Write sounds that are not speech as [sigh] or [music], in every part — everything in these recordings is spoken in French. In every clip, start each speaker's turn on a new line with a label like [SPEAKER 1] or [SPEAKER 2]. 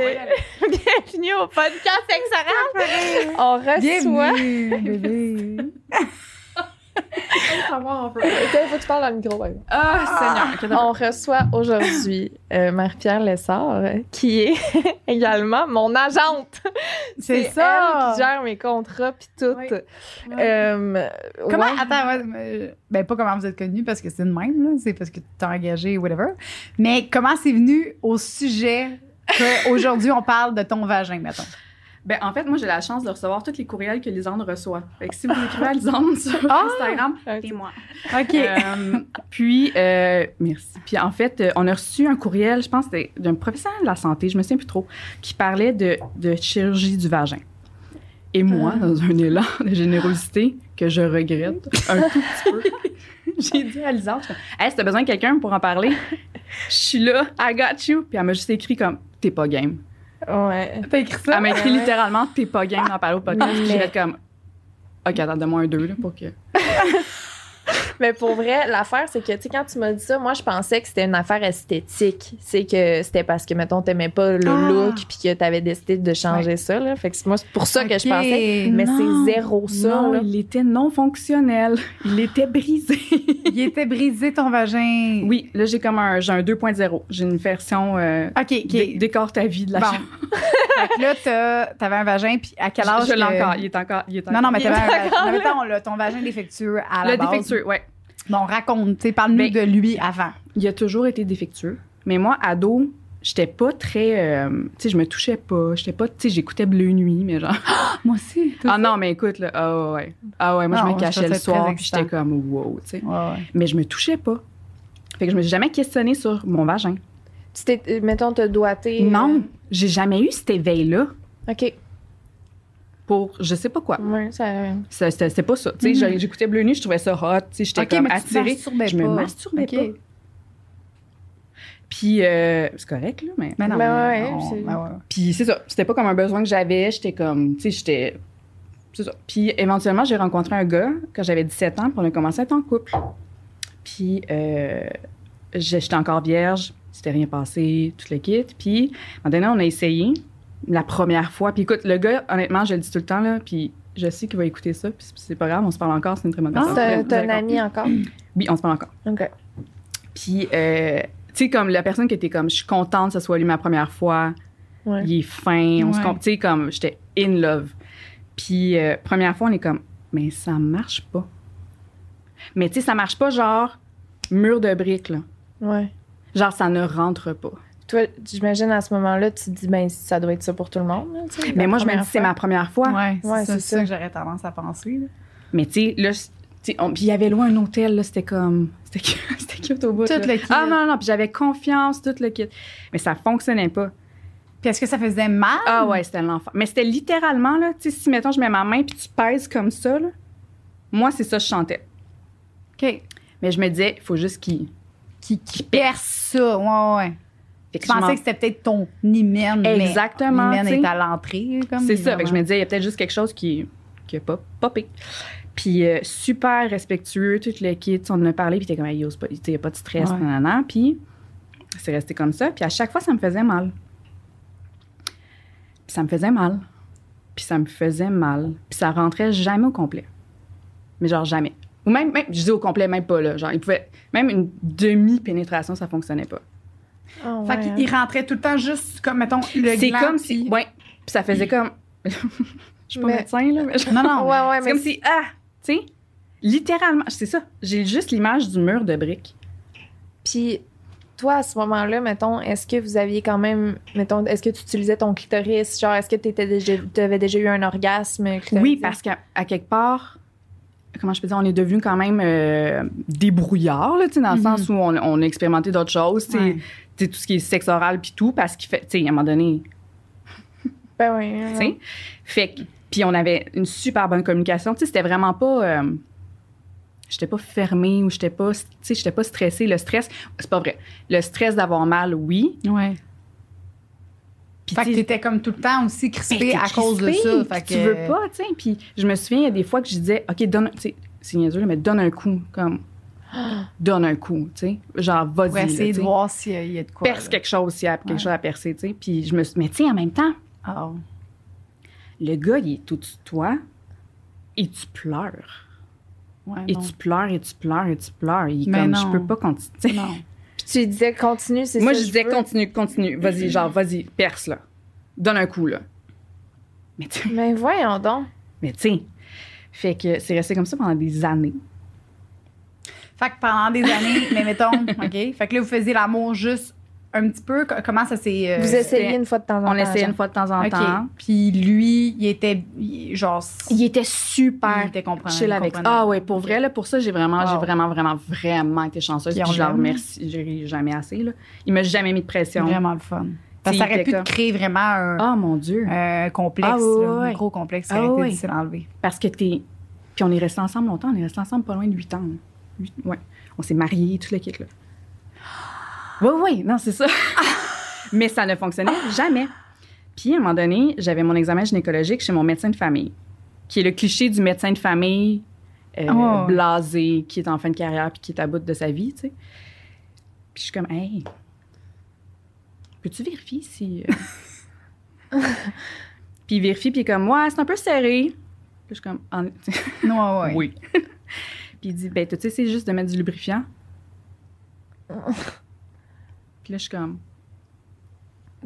[SPEAKER 1] Bienvenue au podcast Exarab. On reçoit.
[SPEAKER 2] Bienvenue, [laughs] bébé.
[SPEAKER 3] [laughs]
[SPEAKER 1] Il faut que tu parles dans le micro. par exemple.
[SPEAKER 3] Ah, Seigneur.
[SPEAKER 1] On reçoit aujourd'hui euh, Marie-Pierre Lessard, euh, qui est [laughs] également mon agente.
[SPEAKER 2] C'est
[SPEAKER 1] Elle qui
[SPEAKER 2] ça.
[SPEAKER 1] gère mes contrats puis tout.
[SPEAKER 2] Oui.
[SPEAKER 1] Euh,
[SPEAKER 2] Comment,
[SPEAKER 1] ouais.
[SPEAKER 2] attends, ouais, euh, ben pas comment vous êtes connu parce que c'est de même, là, c'est parce que tu t'es engagé, whatever. Mais comment c'est venu au sujet qu'aujourd'hui on parle de ton vagin, mettons?
[SPEAKER 3] Ben, en fait, moi, j'ai la chance de recevoir tous les courriels que Lisande reçoit. Fait que si vous écrivez à Lisande [laughs] sur
[SPEAKER 2] Ah! [laughs]
[SPEAKER 3] Instagram,
[SPEAKER 1] Ok.
[SPEAKER 3] c'est moi.
[SPEAKER 2] OK.
[SPEAKER 3] Euh, puis, euh, merci. Puis, en fait, euh, on a reçu un courriel, je pense, que c'était d'un professionnel de la santé, je me souviens plus trop, qui parlait de, de chirurgie du vagin. Et moi,
[SPEAKER 2] Ah.
[SPEAKER 3] dans un élan de générosité que je regrette un tout petit peu, [laughs] j'ai dit à Lisande, je fais, hey, si t'as besoin de quelqu'un pour en parler, je suis là, I got you. Puis, elle m'a juste écrit comme, t'es pas game.
[SPEAKER 1] Ouais.
[SPEAKER 2] T'as écrit
[SPEAKER 3] Elle m'a écrit
[SPEAKER 1] Ouais.
[SPEAKER 3] Ah, littéralement T'es pas game d'en parler au podcast.
[SPEAKER 1] Oui,
[SPEAKER 3] Puis J'ai
[SPEAKER 1] mais-
[SPEAKER 3] fait comme Ok, attends, donne-moi un 2 là, pour que.
[SPEAKER 1] Mais pour vrai, l'affaire, c'est que, tu sais, quand tu m'as dit ça, moi, je pensais que c'était une affaire esthétique. C'est que c'était parce que, mettons, t'aimais pas le
[SPEAKER 2] Ah.
[SPEAKER 1] look puis que t'avais décidé de changer ça, là. Fait que c'est- moi, c'est pour ça que je
[SPEAKER 2] Ok.
[SPEAKER 1] pensais. Mais
[SPEAKER 3] Non,
[SPEAKER 1] c'est zéro ça,
[SPEAKER 3] non,
[SPEAKER 1] là.
[SPEAKER 3] il était non fonctionnel. Il était
[SPEAKER 2] [laughs]
[SPEAKER 3] brisé.
[SPEAKER 2] Il était brisé ton vagin.
[SPEAKER 3] oui, là, j'ai comme un, j'ai un 2.0. J'ai une version euh,
[SPEAKER 2] OK, OK.
[SPEAKER 3] dé- décore ta vie de la
[SPEAKER 2] Bon.
[SPEAKER 3] chambre.
[SPEAKER 2] [laughs] Fait que là, t'as- t'avais un vagin, puis à quel âge?
[SPEAKER 3] Je, je l'ai
[SPEAKER 2] que-
[SPEAKER 3] encore. Il est encore. Il est
[SPEAKER 2] Non, non, mais
[SPEAKER 1] Il est
[SPEAKER 2] t'avais un
[SPEAKER 1] encore
[SPEAKER 2] vagin.
[SPEAKER 1] là.
[SPEAKER 2] Mettons, là, ton vagin défectueux à la
[SPEAKER 3] Le
[SPEAKER 2] base.
[SPEAKER 3] défectueux, ouais.
[SPEAKER 2] Bon, raconte, tu sais, parle-nous
[SPEAKER 3] Ben-
[SPEAKER 2] de lui avant.
[SPEAKER 3] Il a toujours été défectueux. Mais moi, ado, j'étais pas très. euh, tu sais, je me touchais pas. J'étais pas. Tu sais, j'écoutais Bleu Nuit, mais
[SPEAKER 2] [laughs]
[SPEAKER 3] genre.
[SPEAKER 2] Moi aussi.
[SPEAKER 3] Ah non, mais écoute, là. Ah ouais. Ah ouais, moi,
[SPEAKER 2] Non,
[SPEAKER 3] je
[SPEAKER 2] je
[SPEAKER 3] me cachais
[SPEAKER 2] trouve
[SPEAKER 3] le
[SPEAKER 2] ça très
[SPEAKER 3] soir, puis j'étais
[SPEAKER 2] excitant.
[SPEAKER 3] comme wow, tu sais.
[SPEAKER 2] Ouais, ouais.
[SPEAKER 3] mais je me touchais pas. Fait que je me suis jamais questionnée sur mon vagin.
[SPEAKER 1] Tu t'es, euh, mettons, te doigté. euh,
[SPEAKER 3] Non, j'ai jamais eu cet éveil-là
[SPEAKER 1] OK.
[SPEAKER 3] pour je sais pas quoi.
[SPEAKER 1] Ouais, ça.
[SPEAKER 3] Ça, C'était c'était pas ça. Tu sais,
[SPEAKER 2] Mhm.
[SPEAKER 3] j'ai- j'écoutais Bleu Nuit, je trouvais ça hot, tu sais, j'étais
[SPEAKER 2] Ok,
[SPEAKER 3] comme
[SPEAKER 2] mais tu te
[SPEAKER 3] attirée.
[SPEAKER 2] masturbais
[SPEAKER 3] je me
[SPEAKER 2] pas.
[SPEAKER 3] masturbais
[SPEAKER 2] Ok.
[SPEAKER 3] pas. Puis euh, c'est correct là, mais
[SPEAKER 2] Mais non,
[SPEAKER 1] Ben
[SPEAKER 2] mais
[SPEAKER 1] ouais,
[SPEAKER 2] on-
[SPEAKER 1] c'est-
[SPEAKER 2] ben ouais.
[SPEAKER 3] puis c'est ça, c'était pas comme un besoin que j'avais, j'étais comme tu sais, j'étais c'est ça. Puis éventuellement, j'ai rencontré un gars quand j'avais 17 ans, puis on a commencé à être en couple. Puis euh, j'ai- j'étais encore vierge, c'était rien passé, tout le kit. Puis maintenant, on a essayé la première fois. Puis écoute, le gars, honnêtement, je le dis tout le temps, là, puis je sais qu'il va écouter ça, puis c'est- c'est pas grave, on se parle encore, c'est une très bonne personne.
[SPEAKER 1] C'est un-
[SPEAKER 3] Vous
[SPEAKER 1] Ah, t'as
[SPEAKER 3] allez
[SPEAKER 1] un ami encore.
[SPEAKER 3] comprendre. Oui, on se parle encore.
[SPEAKER 1] OK.
[SPEAKER 3] Puis, euh, tu sais, comme la personne qui était comme, je suis contente que ce soit lui ma première fois,
[SPEAKER 1] Ouais.
[SPEAKER 3] il est fin, on se
[SPEAKER 2] Ouais.
[SPEAKER 3] comp- tu sais, comme, j'étais in love. Puis, euh, première fois, on est comme, mais ça marche pas. Mais tu sais, ça marche pas genre mur de briques, là.
[SPEAKER 1] Ouais.
[SPEAKER 3] Genre, ça ne rentre pas.
[SPEAKER 1] Toi, j'imagine à ce moment-là, tu te dis, ben, ça doit être ça pour tout le monde. là, tu sais,
[SPEAKER 3] mais
[SPEAKER 1] la
[SPEAKER 3] moi, je me
[SPEAKER 1] première
[SPEAKER 3] dis, c'est
[SPEAKER 1] fois.
[SPEAKER 3] ma première fois.
[SPEAKER 2] Ouais, c'est
[SPEAKER 1] Ouais,
[SPEAKER 2] ça,
[SPEAKER 1] c'est
[SPEAKER 2] c'est ça
[SPEAKER 1] ça.
[SPEAKER 2] que j'aurais tendance à penser. là.
[SPEAKER 3] Mais tu sais, là, c- tu sais, on- puis il y avait loin un hôtel, là, c'était comme, [laughs] c'était cute, c'était cute au bout.
[SPEAKER 2] Tout
[SPEAKER 3] là.
[SPEAKER 2] le kit.
[SPEAKER 3] Ah non, non, puis j'avais confiance, tout le kit. Mais ça fonctionnait pas.
[SPEAKER 2] Puis est-ce que ça faisait mal?
[SPEAKER 3] Ah ouais, c'était l'enfant. Mais c'était littéralement, là, tu sais, si, mettons, je mets ma main puis tu pèses comme ça, là, moi, c'est ça, je chantais.
[SPEAKER 2] OK.
[SPEAKER 3] Mais je me disais, il faut juste qu'il...
[SPEAKER 2] Qui, qui perce ça. Ouais, ouais, ouais.
[SPEAKER 3] Fait que
[SPEAKER 2] Je
[SPEAKER 3] je m'en-
[SPEAKER 2] pensais que c'était peut-être ton hymen. mais
[SPEAKER 3] Exactement,
[SPEAKER 2] L'hymen
[SPEAKER 3] tu sais.
[SPEAKER 2] est à l'entrée. comme,
[SPEAKER 3] C'est ça, fait que je me
[SPEAKER 2] vraiment.
[SPEAKER 3] disais, il y a peut-être juste quelque chose qui qui a pas popé. Puis euh, super respectueux, tout le kit, on en a parlé, puis t'es comme, Hey, yo, c'est pas- tu sais, il n'y a pas de stress,
[SPEAKER 2] Ouais.
[SPEAKER 3] nanana. Puis c'est resté comme ça. Puis à chaque fois, ça me faisait mal. Puis ça me faisait mal. Puis ça me faisait mal. Puis ça rentrait jamais au complet. Mais genre jamais. Ou même, même je dis au complet, même pas là. Genre, il pouvait, même une demi-pénétration, ça fonctionnait pas.
[SPEAKER 1] Ah, ouais,
[SPEAKER 2] Fait qu'il il rentrait tout le temps juste comme, mettons, le
[SPEAKER 3] C'est
[SPEAKER 2] gland,
[SPEAKER 3] comme si.
[SPEAKER 2] puis-
[SPEAKER 3] Ouais. Puis ça faisait comme. Je suis pas
[SPEAKER 1] Mais-
[SPEAKER 3] médecin, là, mais. [laughs]
[SPEAKER 2] Non, non.
[SPEAKER 1] Ouais, ouais,
[SPEAKER 3] C'est
[SPEAKER 1] mais
[SPEAKER 3] comme si, ah, tu sais, littéralement, c'est ça. J'ai juste l'image du mur de briques.
[SPEAKER 1] Puis, toi, à ce moment-là, mettons, est-ce que vous aviez quand même, mettons, est-ce que tu utilisais ton clitoris? Genre, est-ce que tu avais déjà eu un orgasme clitoridien?
[SPEAKER 3] Oui, parce qu'à à quelque part, comment je peux dire, on est devenu quand même euh, débrouillard, là, tu sais, dans
[SPEAKER 2] Mhm.
[SPEAKER 3] le sens où on, on a expérimenté d'autres choses, tu sais,
[SPEAKER 2] Ouais.
[SPEAKER 3] tu sais, tout ce qui est sexe oral puis tout, parce qu'il fait, tu sais, à un moment donné,
[SPEAKER 1] Ben oui. ouais.
[SPEAKER 2] Mhm.
[SPEAKER 3] tu sais. Fait que, puis on avait une super bonne communication, tu sais, c'était vraiment pas. euh, J'étais pas fermée ou j'étais pas, tu sais, j'étais pas stressée. Le stress, c'est pas vrai. Le stress d'avoir mal, oui.
[SPEAKER 2] Ouais.
[SPEAKER 3] Puis,
[SPEAKER 2] Fait
[SPEAKER 3] tu
[SPEAKER 2] que
[SPEAKER 3] sais,
[SPEAKER 2] t'étais comme tout le temps aussi
[SPEAKER 3] Ben,
[SPEAKER 2] crispé
[SPEAKER 3] t'es
[SPEAKER 2] à cause de
[SPEAKER 3] crispé,
[SPEAKER 2] ça.
[SPEAKER 3] puis
[SPEAKER 2] Fait que
[SPEAKER 3] tu veux pas, tu sais. Puis je me souviens, il y a des fois que je disais, OK, donne, un- tu sais, c'est niaiseux, là, mais donne un coup. Comme, [gasps] donne un coup, tu sais. Genre, vas-y.
[SPEAKER 2] Pour
[SPEAKER 3] là,
[SPEAKER 2] essayer
[SPEAKER 3] tu
[SPEAKER 2] de
[SPEAKER 3] sais.
[SPEAKER 2] voir s'il y a- il y a de quoi.
[SPEAKER 3] Perce quelque chose s'il y a quelque
[SPEAKER 2] Ouais.
[SPEAKER 3] chose à percer, tu sais. Puis je me suis mais tu sais, en même temps,
[SPEAKER 2] Ah, oh.
[SPEAKER 3] le gars, il est tout de toi et tu pleures.
[SPEAKER 2] Ouais,
[SPEAKER 3] Et
[SPEAKER 2] non.
[SPEAKER 3] tu pleures, et tu pleures, et tu pleures. Il est
[SPEAKER 2] Mais
[SPEAKER 3] comme,
[SPEAKER 2] non.
[SPEAKER 3] je peux pas continuer. tu sais.
[SPEAKER 2] Non.
[SPEAKER 1] Puis tu lui disais continue, c'est
[SPEAKER 3] Moi,
[SPEAKER 1] ça.
[SPEAKER 3] je disais,
[SPEAKER 1] veux.
[SPEAKER 3] continue, continue. Vas-y, genre, vas-y, perce, là. Donne un coup, là. Mais tu
[SPEAKER 1] Mais voyons donc.
[SPEAKER 3] mais tu sais, fait que c'est resté comme ça pendant des années.
[SPEAKER 2] Fait que pendant
[SPEAKER 3] [laughs]
[SPEAKER 2] des années, mais mettons, OK? Fait que là, vous faisiez l'amour juste un petit peu. Co- Comment ça s'est. euh,
[SPEAKER 1] Vous essayez une fois de temps en temps.
[SPEAKER 3] On essayait
[SPEAKER 1] genre.
[SPEAKER 3] une fois de temps en
[SPEAKER 2] OK.
[SPEAKER 3] temps.
[SPEAKER 2] Puis lui, il était. il- genre.
[SPEAKER 3] Il était super
[SPEAKER 2] il était comprenant.
[SPEAKER 3] chill avec Ah ouais, pour vrai, là, pour ça, j'ai vraiment,
[SPEAKER 2] Wow.
[SPEAKER 3] j'ai vraiment, vraiment, vraiment été chanceuse.
[SPEAKER 2] Puis on
[SPEAKER 3] Puis je la
[SPEAKER 2] l'aime.
[SPEAKER 3] remercie, je ris jamais assez, là. Il m'a jamais mis de
[SPEAKER 2] C'est
[SPEAKER 3] pression.
[SPEAKER 2] vraiment le fun. Parce que ça
[SPEAKER 3] Il
[SPEAKER 2] aurait
[SPEAKER 3] était
[SPEAKER 2] pu te
[SPEAKER 3] comme-
[SPEAKER 2] créer vraiment un,
[SPEAKER 3] Ah, mon Dieu.
[SPEAKER 2] un complexe,
[SPEAKER 3] Ah ouais,
[SPEAKER 2] là, un
[SPEAKER 3] ouais.
[SPEAKER 2] gros complexe qui
[SPEAKER 3] Ah
[SPEAKER 2] aurait été
[SPEAKER 3] ouais.
[SPEAKER 2] difficile à enlever.
[SPEAKER 3] Parce que t'es... Puis on est restés ensemble longtemps. On est restés ensemble pas loin de 8 ans. là. Huit- Ouais. On s'est mariés, tout le kit, là. Oui, oui, non, c'est ça. [laughs] Mais ça ne fonctionnait jamais. Puis, à un moment donné, j'avais mon examen gynécologique chez mon médecin de famille, qui est le cliché du médecin de famille euh,
[SPEAKER 2] Oh.
[SPEAKER 3] blasé, qui est en fin de carrière puis qui est à bout de sa vie, tu sais. Puis je suis comme, hey, peux-tu vérifier si. [laughs] euh, puis il vérifie, puis il est comme, ouais, c'est un peu serré. Puis je suis comme, En-
[SPEAKER 2] Non, ouais, ouais.
[SPEAKER 3] oui. [laughs] puis il dit, ben, tu sais, c'est juste de mettre du
[SPEAKER 2] [laughs]
[SPEAKER 3] lubrifiant. puis là, je suis comme,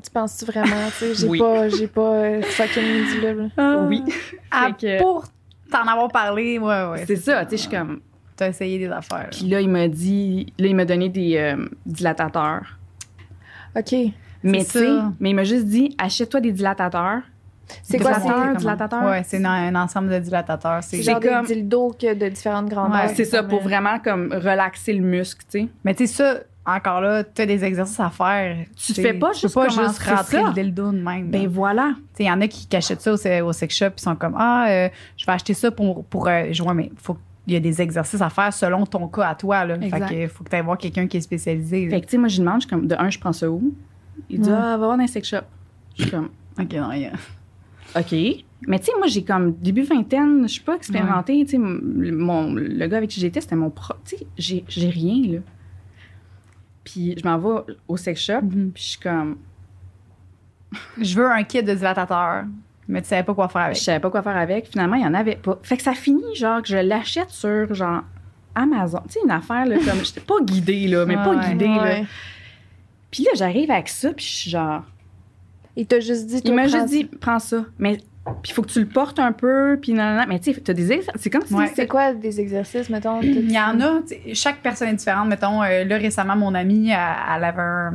[SPEAKER 1] Tu penses-tu vraiment, tu sais, j'ai
[SPEAKER 3] Oui.
[SPEAKER 1] pas, j'ai pas euh, fucking mis du lube, là.
[SPEAKER 3] oui.
[SPEAKER 2] Ah,
[SPEAKER 3] Fait que-
[SPEAKER 2] Pour t'en avoir parlé, ouais, ouais.
[SPEAKER 3] c'est ça, tu sais, je suis comme.
[SPEAKER 2] T'as essayé des affaires. là.
[SPEAKER 3] Puis là, il m'a dit, là, il m'a donné des euh, dilatateurs.
[SPEAKER 1] OK.
[SPEAKER 3] Mais tu
[SPEAKER 2] ça.
[SPEAKER 3] sais, mais il m'a juste dit, achète-toi des dilatateurs.
[SPEAKER 1] C'est
[SPEAKER 2] Des
[SPEAKER 1] quoi,
[SPEAKER 2] dilatateurs,
[SPEAKER 1] c'est
[SPEAKER 2] comment?
[SPEAKER 3] dilatateurs?
[SPEAKER 2] Ouais, c'est un, un ensemble de dilatateurs.
[SPEAKER 1] c'est
[SPEAKER 2] C'est
[SPEAKER 1] genre
[SPEAKER 3] comme-
[SPEAKER 1] des dildos que de différentes grandeurs.
[SPEAKER 2] Ouais,
[SPEAKER 3] C'est ça, pour vraiment comme relaxer le muscle, tu sais.
[SPEAKER 2] Mais tu sais, ça, encore là, t'as des exercices à faire.
[SPEAKER 3] Tu
[SPEAKER 2] sais.
[SPEAKER 3] fais pas
[SPEAKER 2] Tu peux
[SPEAKER 3] juste
[SPEAKER 2] pas
[SPEAKER 3] commencer
[SPEAKER 2] juste rentrer
[SPEAKER 3] ça.
[SPEAKER 2] le dildo de même.
[SPEAKER 3] Ben
[SPEAKER 2] là.
[SPEAKER 3] voilà.
[SPEAKER 2] Tu sais, Il y en a qui cachent ça au, au sex shop, ils sont comme Ah, euh, je vais acheter ça pour, pour euh, jouer, mais faut, il y a des exercices à faire selon ton cas à toi. Là. Fait
[SPEAKER 3] Exact.
[SPEAKER 2] que faut que tu ailles voir quelqu'un qui est spécialisé. là.
[SPEAKER 3] Fait que, tu sais, moi, je lui demande, je suis comme, de un, je prends ça où? Il dit,
[SPEAKER 2] Ouais.
[SPEAKER 3] ah, va voir dans un sex shop. Je suis comme,
[SPEAKER 2] OK,
[SPEAKER 3] [laughs]
[SPEAKER 2] non, il y a-
[SPEAKER 3] OK. Mais tu sais, moi, j'ai comme début vingtaine, je suis pas expérimentée. Tu sais, m- mon, le gars avec qui j'étais, c'était mon pro. Tu sais, j'ai, j'ai rien, là. Puis je m'en vais au sex shop,
[SPEAKER 2] Mhm.
[SPEAKER 3] puis je suis comme,
[SPEAKER 2] Je veux un kit de dilatateur, mais tu savais pas quoi faire
[SPEAKER 3] je
[SPEAKER 2] avec.
[SPEAKER 3] savais pas quoi faire avec. Finalement, il y en avait pas. Fait que ça finit, genre, que je l'achète sur, genre, Amazon. Tu sais, une affaire, là, comme, j'étais pas guidée, là, mais
[SPEAKER 2] Ouais,
[SPEAKER 3] pas
[SPEAKER 2] ouais.
[SPEAKER 3] guidée, là.
[SPEAKER 1] euh, Ouais.
[SPEAKER 3] Puis là, j'arrive avec ça, puis je suis genre,
[SPEAKER 1] Il t'a juste dit,
[SPEAKER 3] Il
[SPEAKER 1] toi,
[SPEAKER 3] m'a juste
[SPEAKER 1] prends-
[SPEAKER 3] dit, prends ça. Mais puis il faut que tu le portes un peu, puis nan, nan, nan. Mais tu sais, t'as des ex- C'est comme si
[SPEAKER 2] Ouais.
[SPEAKER 1] C'est quoi des exercices, mettons?
[SPEAKER 2] Il y en a, tu sais, chaque personne est différente. Mettons, euh, là, récemment, mon amie, elle, elle avait un,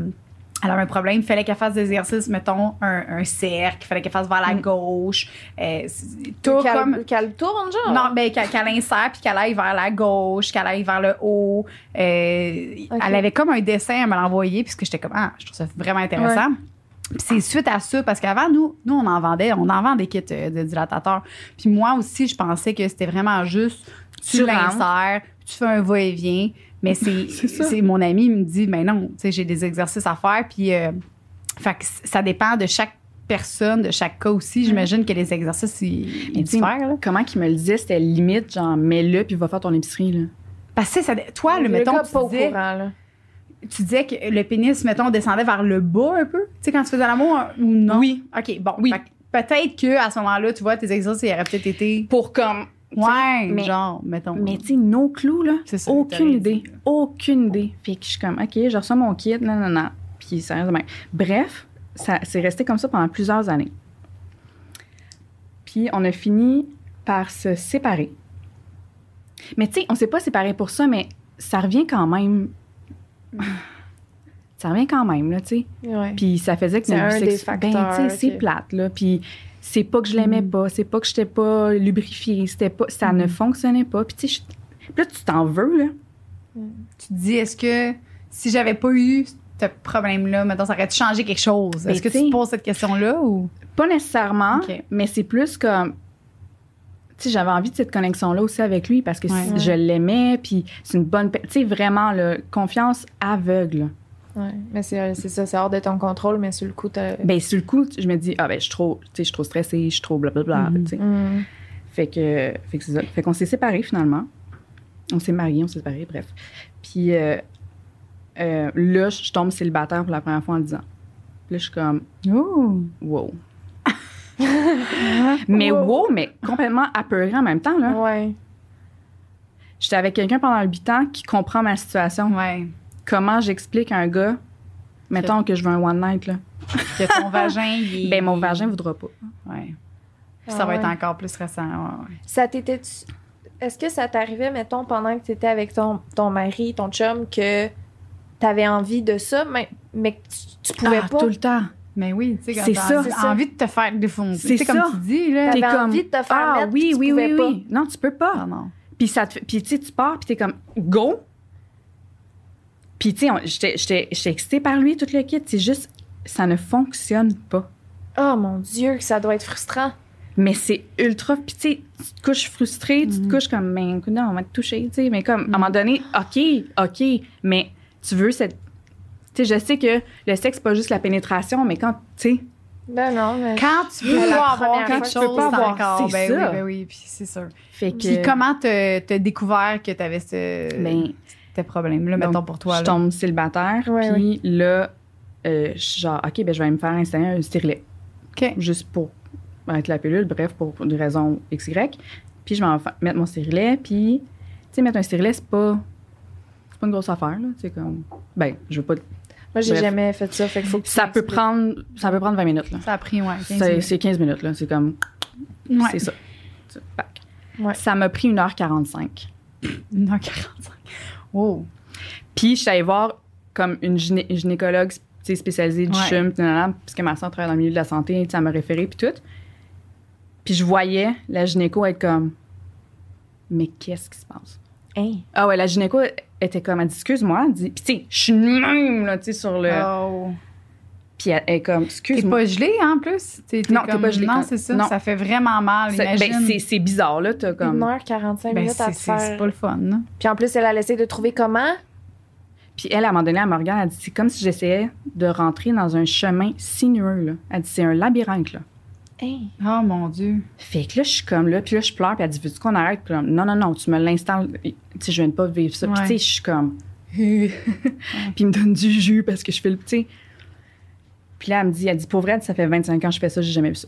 [SPEAKER 2] elle avait un problème. Il fallait qu'elle fasse des exercices, mettons, un, un cercle. Il fallait qu'elle fasse vers la
[SPEAKER 3] Mm.
[SPEAKER 2] gauche. Euh, c'est- tout
[SPEAKER 1] Qu'elle
[SPEAKER 2] comme...
[SPEAKER 1] qu'elle tourne, genre?
[SPEAKER 2] Non, ben qu'elle qu'elle insère puis qu'elle aille vers la gauche, qu'elle aille vers le haut. Euh,
[SPEAKER 1] Ok.
[SPEAKER 2] Elle avait comme un dessin, elle me l'a envoyé, puisque j'étais comme, ah, je trouve ça vraiment intéressant. Puis c'est suite à ça, parce qu'avant, nous, nous, on en vendait, on en vend des kits euh, de dilatateurs. Puis moi aussi, je pensais que c'était vraiment juste, tu
[SPEAKER 3] Tu rentres.
[SPEAKER 2] l'insères, tu fais un va-et-vient. Mais c'est
[SPEAKER 3] [laughs] C'est ça.
[SPEAKER 2] c'est- mon ami me dit, mais non, tu sais, j'ai des exercices à faire. Puis, euh, fait que c- ça dépend de chaque personne, de chaque cas aussi. J'imagine que les exercices, ils,
[SPEAKER 3] Mais
[SPEAKER 2] ils
[SPEAKER 3] dis-
[SPEAKER 2] diffèrent. là.
[SPEAKER 3] Comment qu'il me le disait, c'était limite, genre, mets-le, puis va faire ton épicerie, là.
[SPEAKER 2] Parce que ça, toi, Ah, le, mettons,
[SPEAKER 1] gars
[SPEAKER 2] tu
[SPEAKER 1] pas au
[SPEAKER 2] disais,
[SPEAKER 1] courant, là.
[SPEAKER 2] tu disais que le pénis, mettons, descendait vers le bas un peu, tu sais, quand tu faisais l'amour ou non?
[SPEAKER 3] Oui.
[SPEAKER 2] OK, bon.
[SPEAKER 3] Oui.
[SPEAKER 2] fait que Peut-être que à ce moment-là, tu vois, tes exercices, ils auraient peut-être été.
[SPEAKER 3] Pour comme.
[SPEAKER 2] Ouais,
[SPEAKER 3] mais-
[SPEAKER 2] genre, mettons.
[SPEAKER 3] Mais tu sais, nos clous, là.
[SPEAKER 2] C'est ça, t'as
[SPEAKER 3] Aucune
[SPEAKER 2] raison.
[SPEAKER 3] idée. Aucune idée. Fait que je suis comme, OK, je reçois mon kit, non, non, non. Puis ça reste de même. Bref, ça c'est resté comme ça pendant plusieurs années. Puis on a fini par se séparer. Mais tu sais, on s'est pas séparés pour ça, mais ça revient quand même. ça revient quand même, là, tu sais.
[SPEAKER 1] Ouais.
[SPEAKER 3] Puis ça faisait que
[SPEAKER 1] C'est
[SPEAKER 3] notre
[SPEAKER 1] un
[SPEAKER 3] vie
[SPEAKER 1] des
[SPEAKER 3] sexu-
[SPEAKER 1] facteurs
[SPEAKER 3] Ben, tu sais, c'est
[SPEAKER 1] que-
[SPEAKER 3] plate, là. Puis c'est pas que je l'aimais
[SPEAKER 2] Mm.
[SPEAKER 3] pas, c'est pas que j'étais pas lubrifiée, c'était pas... Ça ne
[SPEAKER 2] Mm.
[SPEAKER 3] fonctionnait pas. Puis tu sais, je- puis là, tu t'en veux, là.
[SPEAKER 2] Tu te dis, est-ce que si j'avais pas eu ce problème-là, mettons, ça aurait changé quelque chose?
[SPEAKER 3] Mais
[SPEAKER 2] Est-ce que
[SPEAKER 3] Ben, tu
[SPEAKER 2] tu
[SPEAKER 3] sais-
[SPEAKER 2] te poses cette question-là ou.
[SPEAKER 3] Pas nécessairement,
[SPEAKER 2] Ok.
[SPEAKER 3] mais c'est plus comme... Tu sais, j'avais envie de cette connexion-là aussi avec lui parce que
[SPEAKER 2] Ouais.
[SPEAKER 3] si-
[SPEAKER 1] Ouais.
[SPEAKER 3] je l'aimais, puis c'est une bonne... pe- Tu sais, vraiment, là, confiance aveugle.
[SPEAKER 1] Ouais. Mais c'est c'est ça, c'est hors de ton contrôle, mais sur le coup, t'as...
[SPEAKER 3] Ben sur le coup, tu- je me dis, ah ben, je suis trop, tu sais, je suis trop stressée, je suis trop blablabla,
[SPEAKER 2] Mhm.
[SPEAKER 3] tu sais.
[SPEAKER 1] Hmm.
[SPEAKER 3] Fait que, fait que c'est ça. Fait qu'on s'est séparés finalement. On s'est mariés, on s'est séparés, bref. Puis euh, euh, là, je tombe célibataire pour la première fois en 10 ans. Puis là, je suis comme,
[SPEAKER 2] Oh!
[SPEAKER 3] wow. mais wow.
[SPEAKER 1] Wow.
[SPEAKER 3] mais complètement apeuré en même temps. Là.
[SPEAKER 1] Ouais.
[SPEAKER 3] J'étais avec quelqu'un pendant 8 ans qui comprend ma situation.
[SPEAKER 2] Ouais.
[SPEAKER 3] Comment j'explique à un gars, mettons que je veux un one night, là.
[SPEAKER 2] Que ton vagin, il est-
[SPEAKER 3] ben mon vagin voudra pas.
[SPEAKER 2] Ouais. Puis
[SPEAKER 1] Ah
[SPEAKER 2] ça va être
[SPEAKER 1] ouais.
[SPEAKER 2] encore plus récent. ouais, ouais.
[SPEAKER 1] Ça t'était. Est-ce que ça t'arrivait, mettons, pendant que t'étais avec ton, ton mari, ton chum, que t'avais envie de ça, mais, mais que tu, tu pouvais
[SPEAKER 3] Ah,
[SPEAKER 1] pas.
[SPEAKER 3] tout le temps.
[SPEAKER 2] Mais oui, tu sais, quand
[SPEAKER 3] C'est
[SPEAKER 2] t'as
[SPEAKER 3] ça.
[SPEAKER 2] envie,
[SPEAKER 1] C'est ça.
[SPEAKER 2] envie de te faire défoncer.
[SPEAKER 3] C'est
[SPEAKER 2] Tu sais, comme
[SPEAKER 3] ça.
[SPEAKER 2] tu dis, là.
[SPEAKER 1] T'avais
[SPEAKER 3] T'es comme,
[SPEAKER 1] envie de te faire
[SPEAKER 3] Ah
[SPEAKER 1] mettre, puis
[SPEAKER 3] oui,
[SPEAKER 1] tu
[SPEAKER 3] oui,
[SPEAKER 1] pouvais
[SPEAKER 3] oui,
[SPEAKER 1] pas.
[SPEAKER 3] oui. Non, tu peux pas.
[SPEAKER 2] Ah non.
[SPEAKER 3] Puis ça te fait- puis tu sais, tu pars, puis t'es comme go. Puis tu sais, on- j'étais- j'étais j'étais excitée par lui, tout le kit. C'est juste, ça ne fonctionne pas.
[SPEAKER 1] Oh mon Dieu, que ça doit être frustrant.
[SPEAKER 3] Mais c'est ultra. Puis tu sais, tu te couches frustrée, tu
[SPEAKER 2] Mhm.
[SPEAKER 3] te couches comme, mais écoute, non, on va te toucher, tu sais. Mais comme,
[SPEAKER 2] Mhm.
[SPEAKER 3] à un moment donné, OK, OK, mais tu veux cette. Tu sais, je sais que le sexe, c'est pas juste la pénétration, mais quand, tu sais,
[SPEAKER 1] Ben non, mais.
[SPEAKER 2] Quand tu
[SPEAKER 1] Mais
[SPEAKER 2] peux
[SPEAKER 1] la
[SPEAKER 2] pas
[SPEAKER 1] première
[SPEAKER 2] avoir quelque
[SPEAKER 1] fois que tu
[SPEAKER 2] chose
[SPEAKER 1] peux pas
[SPEAKER 2] dans le
[SPEAKER 3] avoir,
[SPEAKER 2] corps,
[SPEAKER 3] c'est
[SPEAKER 2] ben
[SPEAKER 3] ça.
[SPEAKER 2] oui, ben oui, puis c'est sûr.
[SPEAKER 3] fait que.
[SPEAKER 2] Puis comment t'as t'as découvert que t'avais ce,
[SPEAKER 3] euh, Ben,
[SPEAKER 2] tes problèmes-là,
[SPEAKER 3] Donc,
[SPEAKER 2] mettons, pour toi?
[SPEAKER 3] je
[SPEAKER 2] là?
[SPEAKER 3] tombe célibataire,
[SPEAKER 1] Ouais,
[SPEAKER 3] puis là, euh, je suis genre, OK, ben, je vais me faire installer un stérilet.
[SPEAKER 2] OK.
[SPEAKER 3] Juste pour avec la pilule, bref, pour, pour des raisons XY. Puis je vais en fa- mettre mon stérilet, puis, tu sais, mettre un stérilet, c'est pas, c'est pas une grosse affaire, là. C'est comme, ben, je veux pas.
[SPEAKER 1] Moi, j'ai
[SPEAKER 3] Bref.
[SPEAKER 1] jamais fait ça, fait que faut que tu
[SPEAKER 3] Ça peut,
[SPEAKER 1] m'expliques.
[SPEAKER 3] prendre, ça peut prendre 20 minutes, là.
[SPEAKER 2] Ça a pris, ouais. 15
[SPEAKER 3] C'est
[SPEAKER 2] minutes.
[SPEAKER 3] c'est 15 minutes, là. C'est comme,
[SPEAKER 2] Ouais. [laughs]
[SPEAKER 3] c'est ça. C'est back.
[SPEAKER 1] Ouais.
[SPEAKER 3] Ça m'a pris 1h45.
[SPEAKER 2] 1h45. Wow.
[SPEAKER 3] Puis je suis allée voir comme une gyné- gynécologue tu sais, spécialisée du
[SPEAKER 2] Ouais.
[SPEAKER 3] chum, puis nanana, parce que ma soeur travaille dans le milieu de la santé, tu sais, elle m'a référé, puis tout. Puis je voyais la gynéco être comme, mais qu'est-ce qui se passe?
[SPEAKER 1] Hein?
[SPEAKER 3] Ah ouais, la gynéco était comme, elle dit, excuse-moi, elle dit, puis tu sais, je suis de même, là, tu sais, sur le.
[SPEAKER 2] Oh.
[SPEAKER 3] Puis elle est comme,
[SPEAKER 2] T'es
[SPEAKER 3] Euh, excuse-moi.
[SPEAKER 2] pas gelé en plus? T'es- t'es
[SPEAKER 3] Non, t'es
[SPEAKER 2] comme-
[SPEAKER 3] pas gelé
[SPEAKER 2] Non,
[SPEAKER 3] quand-
[SPEAKER 2] c'est ça.
[SPEAKER 3] non.
[SPEAKER 2] Ça fait vraiment mal,
[SPEAKER 3] C'est-
[SPEAKER 2] imagine.
[SPEAKER 3] ben, c'est- c'est bizarre, là, t'as comme.
[SPEAKER 1] 1h45
[SPEAKER 2] Ben,
[SPEAKER 1] minutes à
[SPEAKER 2] c'est
[SPEAKER 1] te
[SPEAKER 2] c'est- c'est
[SPEAKER 1] faire.
[SPEAKER 2] pas le fun. hein? non?
[SPEAKER 1] Puis en plus, elle a laissé de trouver comment.
[SPEAKER 3] Puis elle, à un moment donné, elle me regarde, elle dit, c'est comme si j'essayais de rentrer dans un chemin sinueux, là. Elle dit, c'est un labyrinthe, là.
[SPEAKER 1] Hein?
[SPEAKER 2] Oh mon Dieu.
[SPEAKER 3] Fait que là, je suis comme là, puis là, je pleure, puis elle dit, veux-tu qu'on arrête? Puis là, non, non, non, tu me l'installes. Tu sais, je viens de pas vivre ça. Puis
[SPEAKER 2] Ouais.
[SPEAKER 3] tu sais, je suis comme. [laughs] puis il me donne du jus parce que je fais le petit. Puis là, elle me dit, elle dit, pour vrai, ça fait 25 ans que je fais ça, j'ai jamais vu ça.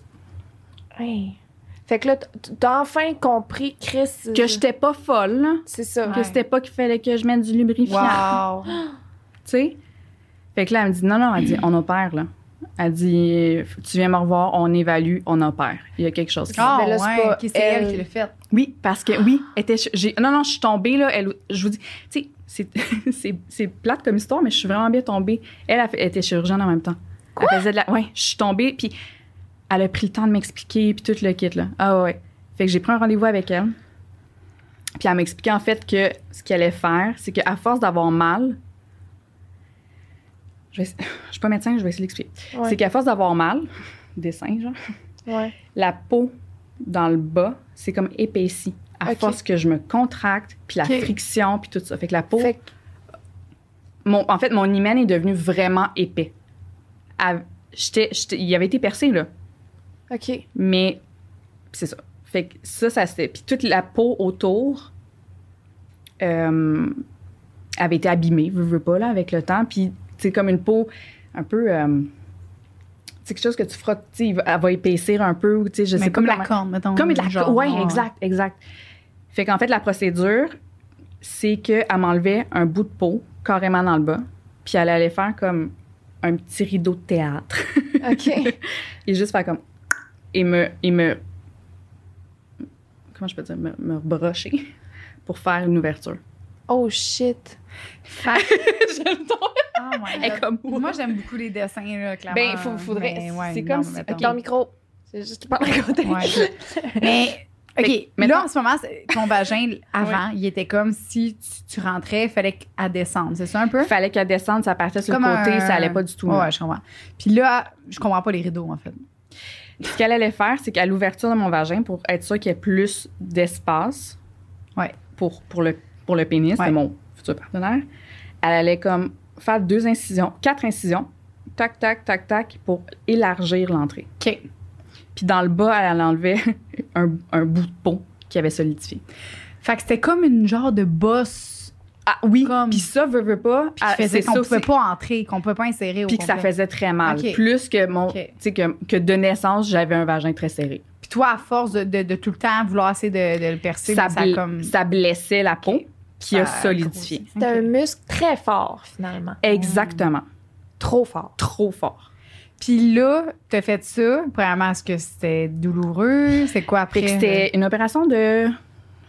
[SPEAKER 1] Hein? Fait que là, t- t'as enfin compris, Chris. euh,
[SPEAKER 3] Que j'étais pas folle, là.
[SPEAKER 1] C'est ça.
[SPEAKER 2] Ouais.
[SPEAKER 3] Que c'était pas qu'il fallait que je mette du lubrifiant.
[SPEAKER 2] Wow.
[SPEAKER 3] Tu sais? Fait que là, elle me dit, non, non, elle dit, on opère, là. Elle dit, tu viens me revoir, on évalue, on opère. Il y a quelque chose qui
[SPEAKER 2] Ah,
[SPEAKER 1] Ben là, c'est
[SPEAKER 2] ouais.
[SPEAKER 1] pas
[SPEAKER 2] ok, c'est elle.
[SPEAKER 1] elle.
[SPEAKER 2] qui l'a fait.
[SPEAKER 3] Oui, parce que oui, était, j'ai, non, non, je suis tombée, là. Elle, je vous dis, tu sais, c'est, [laughs] c'est, c'est plate comme histoire, mais je suis vraiment bien tombée. Elle, elle fait- elle était chirurgienne en même temps. Elle faisait de la. Ouais, je suis tombée, puis elle a pris le temps de m'expliquer, puis tout le kit, là. Ah ouais, ouais. Fait que j'ai pris un rendez-vous avec elle. Puis elle m'expliquait, en fait, que ce qu'elle allait faire, c'est qu'à force d'avoir mal. Je, vais, [laughs] je suis pas médecin, je vais essayer de l'expliquer.
[SPEAKER 1] Ouais.
[SPEAKER 3] C'est qu'à force d'avoir mal, dessin, genre
[SPEAKER 1] Ouais.
[SPEAKER 3] la peau dans le bas, c'est comme épaissie. À
[SPEAKER 1] Ok.
[SPEAKER 3] force que je me contracte, puis la
[SPEAKER 2] Ok.
[SPEAKER 3] friction, puis tout ça. Fait que la peau.
[SPEAKER 1] Fait que-
[SPEAKER 3] Mon, en fait, mon hymen est devenu vraiment épais. À- j'étais- j'étais- il avait été percé, là.
[SPEAKER 1] OK.
[SPEAKER 3] Mais c'est ça. Fait que ça, ça c'était. Puis toute la peau autour euh, avait été abîmée, veux, veux pas, là, avec le temps. Puis c'est comme une peau un peu. euh, c'est quelque chose que tu frottes, tu sais, il va- elle va épaissir un peu, ou tu sais, je sais
[SPEAKER 2] Mais
[SPEAKER 3] pas
[SPEAKER 2] comme la
[SPEAKER 3] comment-
[SPEAKER 2] corne, mettons.
[SPEAKER 3] comme de la
[SPEAKER 2] genre,
[SPEAKER 3] ouais,
[SPEAKER 2] ouais.
[SPEAKER 3] exact, exact. Fait qu'en fait, la procédure, c'est qu'elle m'enlevait un bout de peau carrément dans le bas, puis elle allait faire comme un petit rideau de théâtre. [laughs]
[SPEAKER 1] OK.
[SPEAKER 3] Et juste faire comme. Et me. Et me comment je peux dire Me, me brocher [laughs] pour faire une
[SPEAKER 2] [laughs]
[SPEAKER 3] ouverture.
[SPEAKER 1] oh shit.
[SPEAKER 3] J'aime ton.
[SPEAKER 2] Ah, ouais. [laughs]
[SPEAKER 3] Elle est comme.
[SPEAKER 2] Moi, j'aime beaucoup les dessins, là, clairement.
[SPEAKER 3] Ben, il faut- faudrait-
[SPEAKER 2] Mais
[SPEAKER 3] c'est
[SPEAKER 2] non,
[SPEAKER 3] comme
[SPEAKER 2] mais
[SPEAKER 3] si-
[SPEAKER 2] mettons.
[SPEAKER 3] ok.
[SPEAKER 1] Dans le micro. C'est juste pas à côté. [laughs]
[SPEAKER 2] Ouais. Mais,
[SPEAKER 3] Fait
[SPEAKER 2] OK.
[SPEAKER 3] que,
[SPEAKER 2] là,
[SPEAKER 3] mettons-
[SPEAKER 2] en ce moment, c'est- ton [laughs] vagin, avant, il était comme si tu, tu rentrais, il fallait qu'elle descende. C'est ça un peu?
[SPEAKER 3] fallait qu'elle descende, ça partait sur
[SPEAKER 2] Comme
[SPEAKER 3] le côté,
[SPEAKER 2] un-
[SPEAKER 3] ça allait pas du tout. là.
[SPEAKER 2] Ouais, je comprends. Puis là, je comprends pas les rideaux, en fait.
[SPEAKER 3] Ce qu'elle allait faire, c'est qu'à l'ouverture de mon vagin, pour être sûr qu'il y ait plus d'espace
[SPEAKER 2] Ouais.
[SPEAKER 3] pour, pour, le, pour le pénis,
[SPEAKER 2] Ouais.
[SPEAKER 3] c'est mon futur partenaire, elle allait comme faire deux incisions, quatre incisions, tac, tac, tac, tac, pour élargir l'entrée.
[SPEAKER 2] OK.
[SPEAKER 3] [laughs] Puis dans le bas, elle enlevait un, un bout de peau qui avait solidifié.
[SPEAKER 2] Fait que c'était comme une genre de bosse
[SPEAKER 3] Ah oui,
[SPEAKER 2] Comme-
[SPEAKER 3] puis ça, veut, veut pas.
[SPEAKER 2] qui
[SPEAKER 3] ah,
[SPEAKER 2] faisait
[SPEAKER 3] c'est
[SPEAKER 2] qu'on
[SPEAKER 3] ça
[SPEAKER 2] pouvait
[SPEAKER 3] aussi.
[SPEAKER 2] pas entrer, qu'on pouvait pas insérer au
[SPEAKER 3] Puis que ça
[SPEAKER 2] complet.
[SPEAKER 3] faisait très mal.
[SPEAKER 2] Ok.
[SPEAKER 3] Plus que mon,
[SPEAKER 2] Ok.
[SPEAKER 3] tu sais, que, que de naissance, j'avais un vagin très serré.
[SPEAKER 2] Puis toi, à force de, de- de tout le temps vouloir essayer de, de le percer,
[SPEAKER 3] Ça,
[SPEAKER 2] ben, ça,
[SPEAKER 3] bl-
[SPEAKER 2] comme...
[SPEAKER 3] ça blessait la peau, qui a
[SPEAKER 2] ça
[SPEAKER 3] solidifié.
[SPEAKER 2] grossit.
[SPEAKER 1] C'était un
[SPEAKER 2] Ok.
[SPEAKER 1] muscle très fort, finalement.
[SPEAKER 3] Exactement.
[SPEAKER 1] Trop fort.
[SPEAKER 3] Trop fort.
[SPEAKER 2] Puis là, t'as fait ça. Premièrement, est-ce que c'était douloureux? C'est quoi après?
[SPEAKER 3] Fait que c'était une opération de.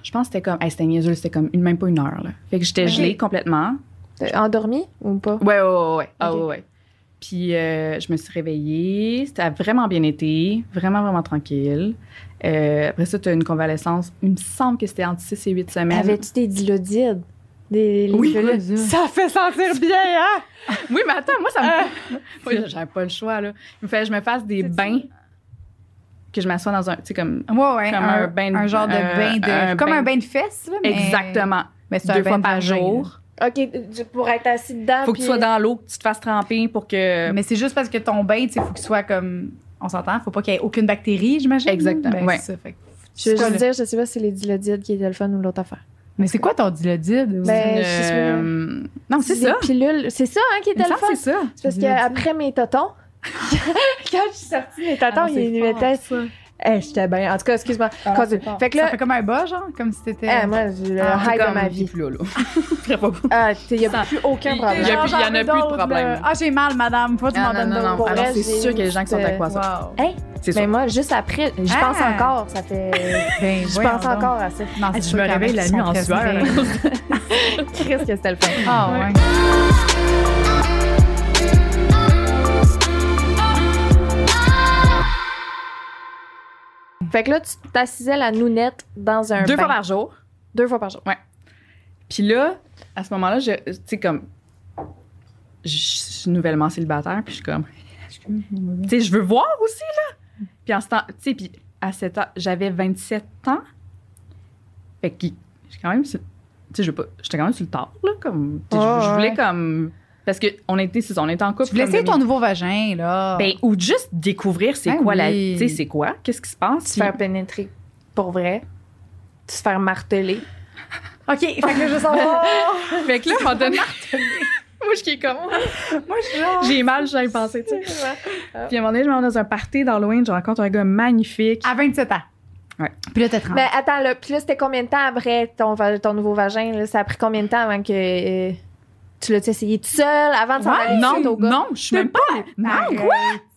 [SPEAKER 3] Je pense que c'était comme. Hey, c'était niaiseux, c'était comme une, même pas une heure. Là. Fait que j'étais
[SPEAKER 1] Ok.
[SPEAKER 3] gelée complètement.
[SPEAKER 1] T'es endormi ou pas?
[SPEAKER 3] Ouais, ouais, ouais. ouais. Ah,
[SPEAKER 1] Ok.
[SPEAKER 3] ouais, ouais. Puis euh, je me suis réveillée. C'était vraiment bien été. Vraiment, vraiment tranquille. Euh, après ça, tu as une convalescence. Il me semble que c'était entre 6 et 8 semaines.
[SPEAKER 1] Avais-tu des dilodides? Des,
[SPEAKER 3] Oui.
[SPEAKER 1] des-
[SPEAKER 2] Mon Dieu.
[SPEAKER 1] Ça fait sentir bien, hein?
[SPEAKER 3] Oui, mais attends, moi, ça me. [laughs] Moi, J'avais pas le choix, là. Il me fallait que je me fasse des
[SPEAKER 2] C'est
[SPEAKER 3] bains. Que je m'assois dans un. Tu sais, comme.
[SPEAKER 2] euh, Ouais, ouais.
[SPEAKER 3] Comme
[SPEAKER 2] un,
[SPEAKER 3] un bain de-
[SPEAKER 2] un genre de
[SPEAKER 3] un-
[SPEAKER 2] bain de.
[SPEAKER 3] un
[SPEAKER 2] comme
[SPEAKER 3] bain-
[SPEAKER 2] un bain de fesses, là. mais-
[SPEAKER 3] Exactement.
[SPEAKER 2] Mais c'est un
[SPEAKER 3] Deux
[SPEAKER 2] bain
[SPEAKER 3] fois
[SPEAKER 2] de
[SPEAKER 3] par
[SPEAKER 2] vagin,
[SPEAKER 3] jour.
[SPEAKER 1] OK, tu- pour être assis dedans.
[SPEAKER 3] Faut que
[SPEAKER 1] Ah, puis-
[SPEAKER 3] tu
[SPEAKER 1] euh,
[SPEAKER 3] sois dans l'eau, que tu te fasses tremper pour que.
[SPEAKER 2] là. Euh, Mais c'est juste parce que ton bain, tu sais, faut qu'il soit comme. On s'entend, faut pas qu'il y ait aucune bactérie, j'imagine.
[SPEAKER 3] Exactement,
[SPEAKER 2] Ben,
[SPEAKER 3] ouais.
[SPEAKER 2] c'est ça, fait que-
[SPEAKER 1] Je veux
[SPEAKER 2] C'est quoi,
[SPEAKER 1] juste
[SPEAKER 2] là?
[SPEAKER 1] dire, je sais pas si c'est les dilodides qui étaient le fun ou l'autre affaire.
[SPEAKER 2] Mais c'est quoi ton dilodide?
[SPEAKER 1] Ben,
[SPEAKER 3] Une,
[SPEAKER 1] je sais pas.
[SPEAKER 3] euh, Non, c'est
[SPEAKER 1] Des
[SPEAKER 3] ça.
[SPEAKER 1] pilules. C'est ça, hein, qui
[SPEAKER 3] Il me
[SPEAKER 1] était le
[SPEAKER 3] semble
[SPEAKER 1] fun.
[SPEAKER 3] que c'est ça.
[SPEAKER 1] C'est parce
[SPEAKER 2] Je l'ai dit.
[SPEAKER 1] qu'après mes totons, [laughs] quand je suis sortie mes totons,
[SPEAKER 3] Ah non, c'est
[SPEAKER 1] il
[SPEAKER 3] fort, Ah,
[SPEAKER 1] mettait. Eh, j'étais bien. En tout cas, excuse-moi. Continue. Fait que
[SPEAKER 2] Ah. ça
[SPEAKER 1] là,
[SPEAKER 2] fait comme un bas, genre, comme si t'étais.
[SPEAKER 1] eh, moi, j'ai le
[SPEAKER 2] Ah,
[SPEAKER 1] high de
[SPEAKER 3] Comme
[SPEAKER 1] ma
[SPEAKER 3] des
[SPEAKER 1] vie.
[SPEAKER 3] plus
[SPEAKER 1] [laughs]
[SPEAKER 3] haut, là. Très pas beau.
[SPEAKER 1] Ah, il n'y a plus aucun
[SPEAKER 3] Il-
[SPEAKER 1] problème.
[SPEAKER 3] il y a
[SPEAKER 2] Genre,
[SPEAKER 3] plus- il y
[SPEAKER 2] j'en
[SPEAKER 3] en a
[SPEAKER 2] ai
[SPEAKER 3] plus de
[SPEAKER 2] d'autres,
[SPEAKER 3] problème.
[SPEAKER 2] là. Ah, j'ai mal, madame. Faut que tu m'en
[SPEAKER 3] Ah, Non, non, non,
[SPEAKER 2] donnes d'autres.
[SPEAKER 3] non.
[SPEAKER 1] Pour
[SPEAKER 3] Alors,
[SPEAKER 1] vrai,
[SPEAKER 3] c'est
[SPEAKER 1] j'ai euh,
[SPEAKER 3] sûr
[SPEAKER 1] une
[SPEAKER 3] que les gens qui sont
[SPEAKER 1] petite,
[SPEAKER 3] à quoi ça.
[SPEAKER 2] Wow.
[SPEAKER 1] Hey,
[SPEAKER 3] C'est sûr.
[SPEAKER 1] mais moi, juste après, je
[SPEAKER 2] Ah!
[SPEAKER 1] pense encore. Ça fait.
[SPEAKER 3] [laughs]
[SPEAKER 2] Ben,
[SPEAKER 1] Je
[SPEAKER 2] voyons
[SPEAKER 1] pense
[SPEAKER 2] donc.
[SPEAKER 1] encore à ça.
[SPEAKER 3] Ah,
[SPEAKER 2] Non, c'est sûr qu'il y en a qui sont très serrés.
[SPEAKER 1] Chris, que c'était le fun.
[SPEAKER 2] Ah, ouais.
[SPEAKER 1] Fait que là, tu t'assisais la nounette dans un
[SPEAKER 3] Deux
[SPEAKER 1] bain.
[SPEAKER 3] fois par jour.
[SPEAKER 1] Deux fois par jour.
[SPEAKER 3] Puis là, à ce moment-là, je- tu sais, comme. Je suis nouvellement célibataire, puis je suis comme. [laughs] Tu sais, je veux voir aussi, là. Puis en ce temps, tu sais, puis à cet âge, j'avais 27 ans. Fait que j'ai quand même, tu sais, je veux pas, j'étais quand même sur le tard, là, comme, tu sais, je-
[SPEAKER 1] Ouais,
[SPEAKER 3] je, voulais
[SPEAKER 1] ouais.
[SPEAKER 3] comme, parce que on était, c'est ça, on était en couple.
[SPEAKER 2] Tu voulais
[SPEAKER 3] comme
[SPEAKER 2] essayer ton
[SPEAKER 3] demi-
[SPEAKER 2] nouveau vagin, là.
[SPEAKER 3] ben, ou juste découvrir c'est
[SPEAKER 2] Ben
[SPEAKER 3] quoi la,
[SPEAKER 2] oui.
[SPEAKER 3] tu sais, c'est quoi, qu'est-ce qui se
[SPEAKER 1] Tu
[SPEAKER 3] passe.
[SPEAKER 1] te
[SPEAKER 3] puis-
[SPEAKER 1] faire pénétrer pour vrai. Tu te faire marteler.
[SPEAKER 2] OK, fait que je sens.
[SPEAKER 1] [laughs]
[SPEAKER 3] Fait que là, à un
[SPEAKER 2] [laughs]
[SPEAKER 3] moment donné, [laughs] moi, je suis comme,
[SPEAKER 2] Moi, je suis genre.
[SPEAKER 3] j'ai mal, j'ai pensé, tu sais. Puis à un moment donné, je me rends dans un party dans l'Halloween, je rencontre un gars magnifique.
[SPEAKER 2] À 27 ans.
[SPEAKER 3] Ouais.
[SPEAKER 2] Puis là, t'as 30.
[SPEAKER 1] Mais attends, là, puis là, c'était combien de temps après ton, va- ton nouveau vagin? Là, ça a pris combien de temps avant que euh, tu l'as essayé toute seule, avant de s'en
[SPEAKER 3] Ouais,
[SPEAKER 1] aller
[SPEAKER 3] non,
[SPEAKER 1] suite au gars?
[SPEAKER 3] non, je suis même pas. Non,
[SPEAKER 2] Arrête.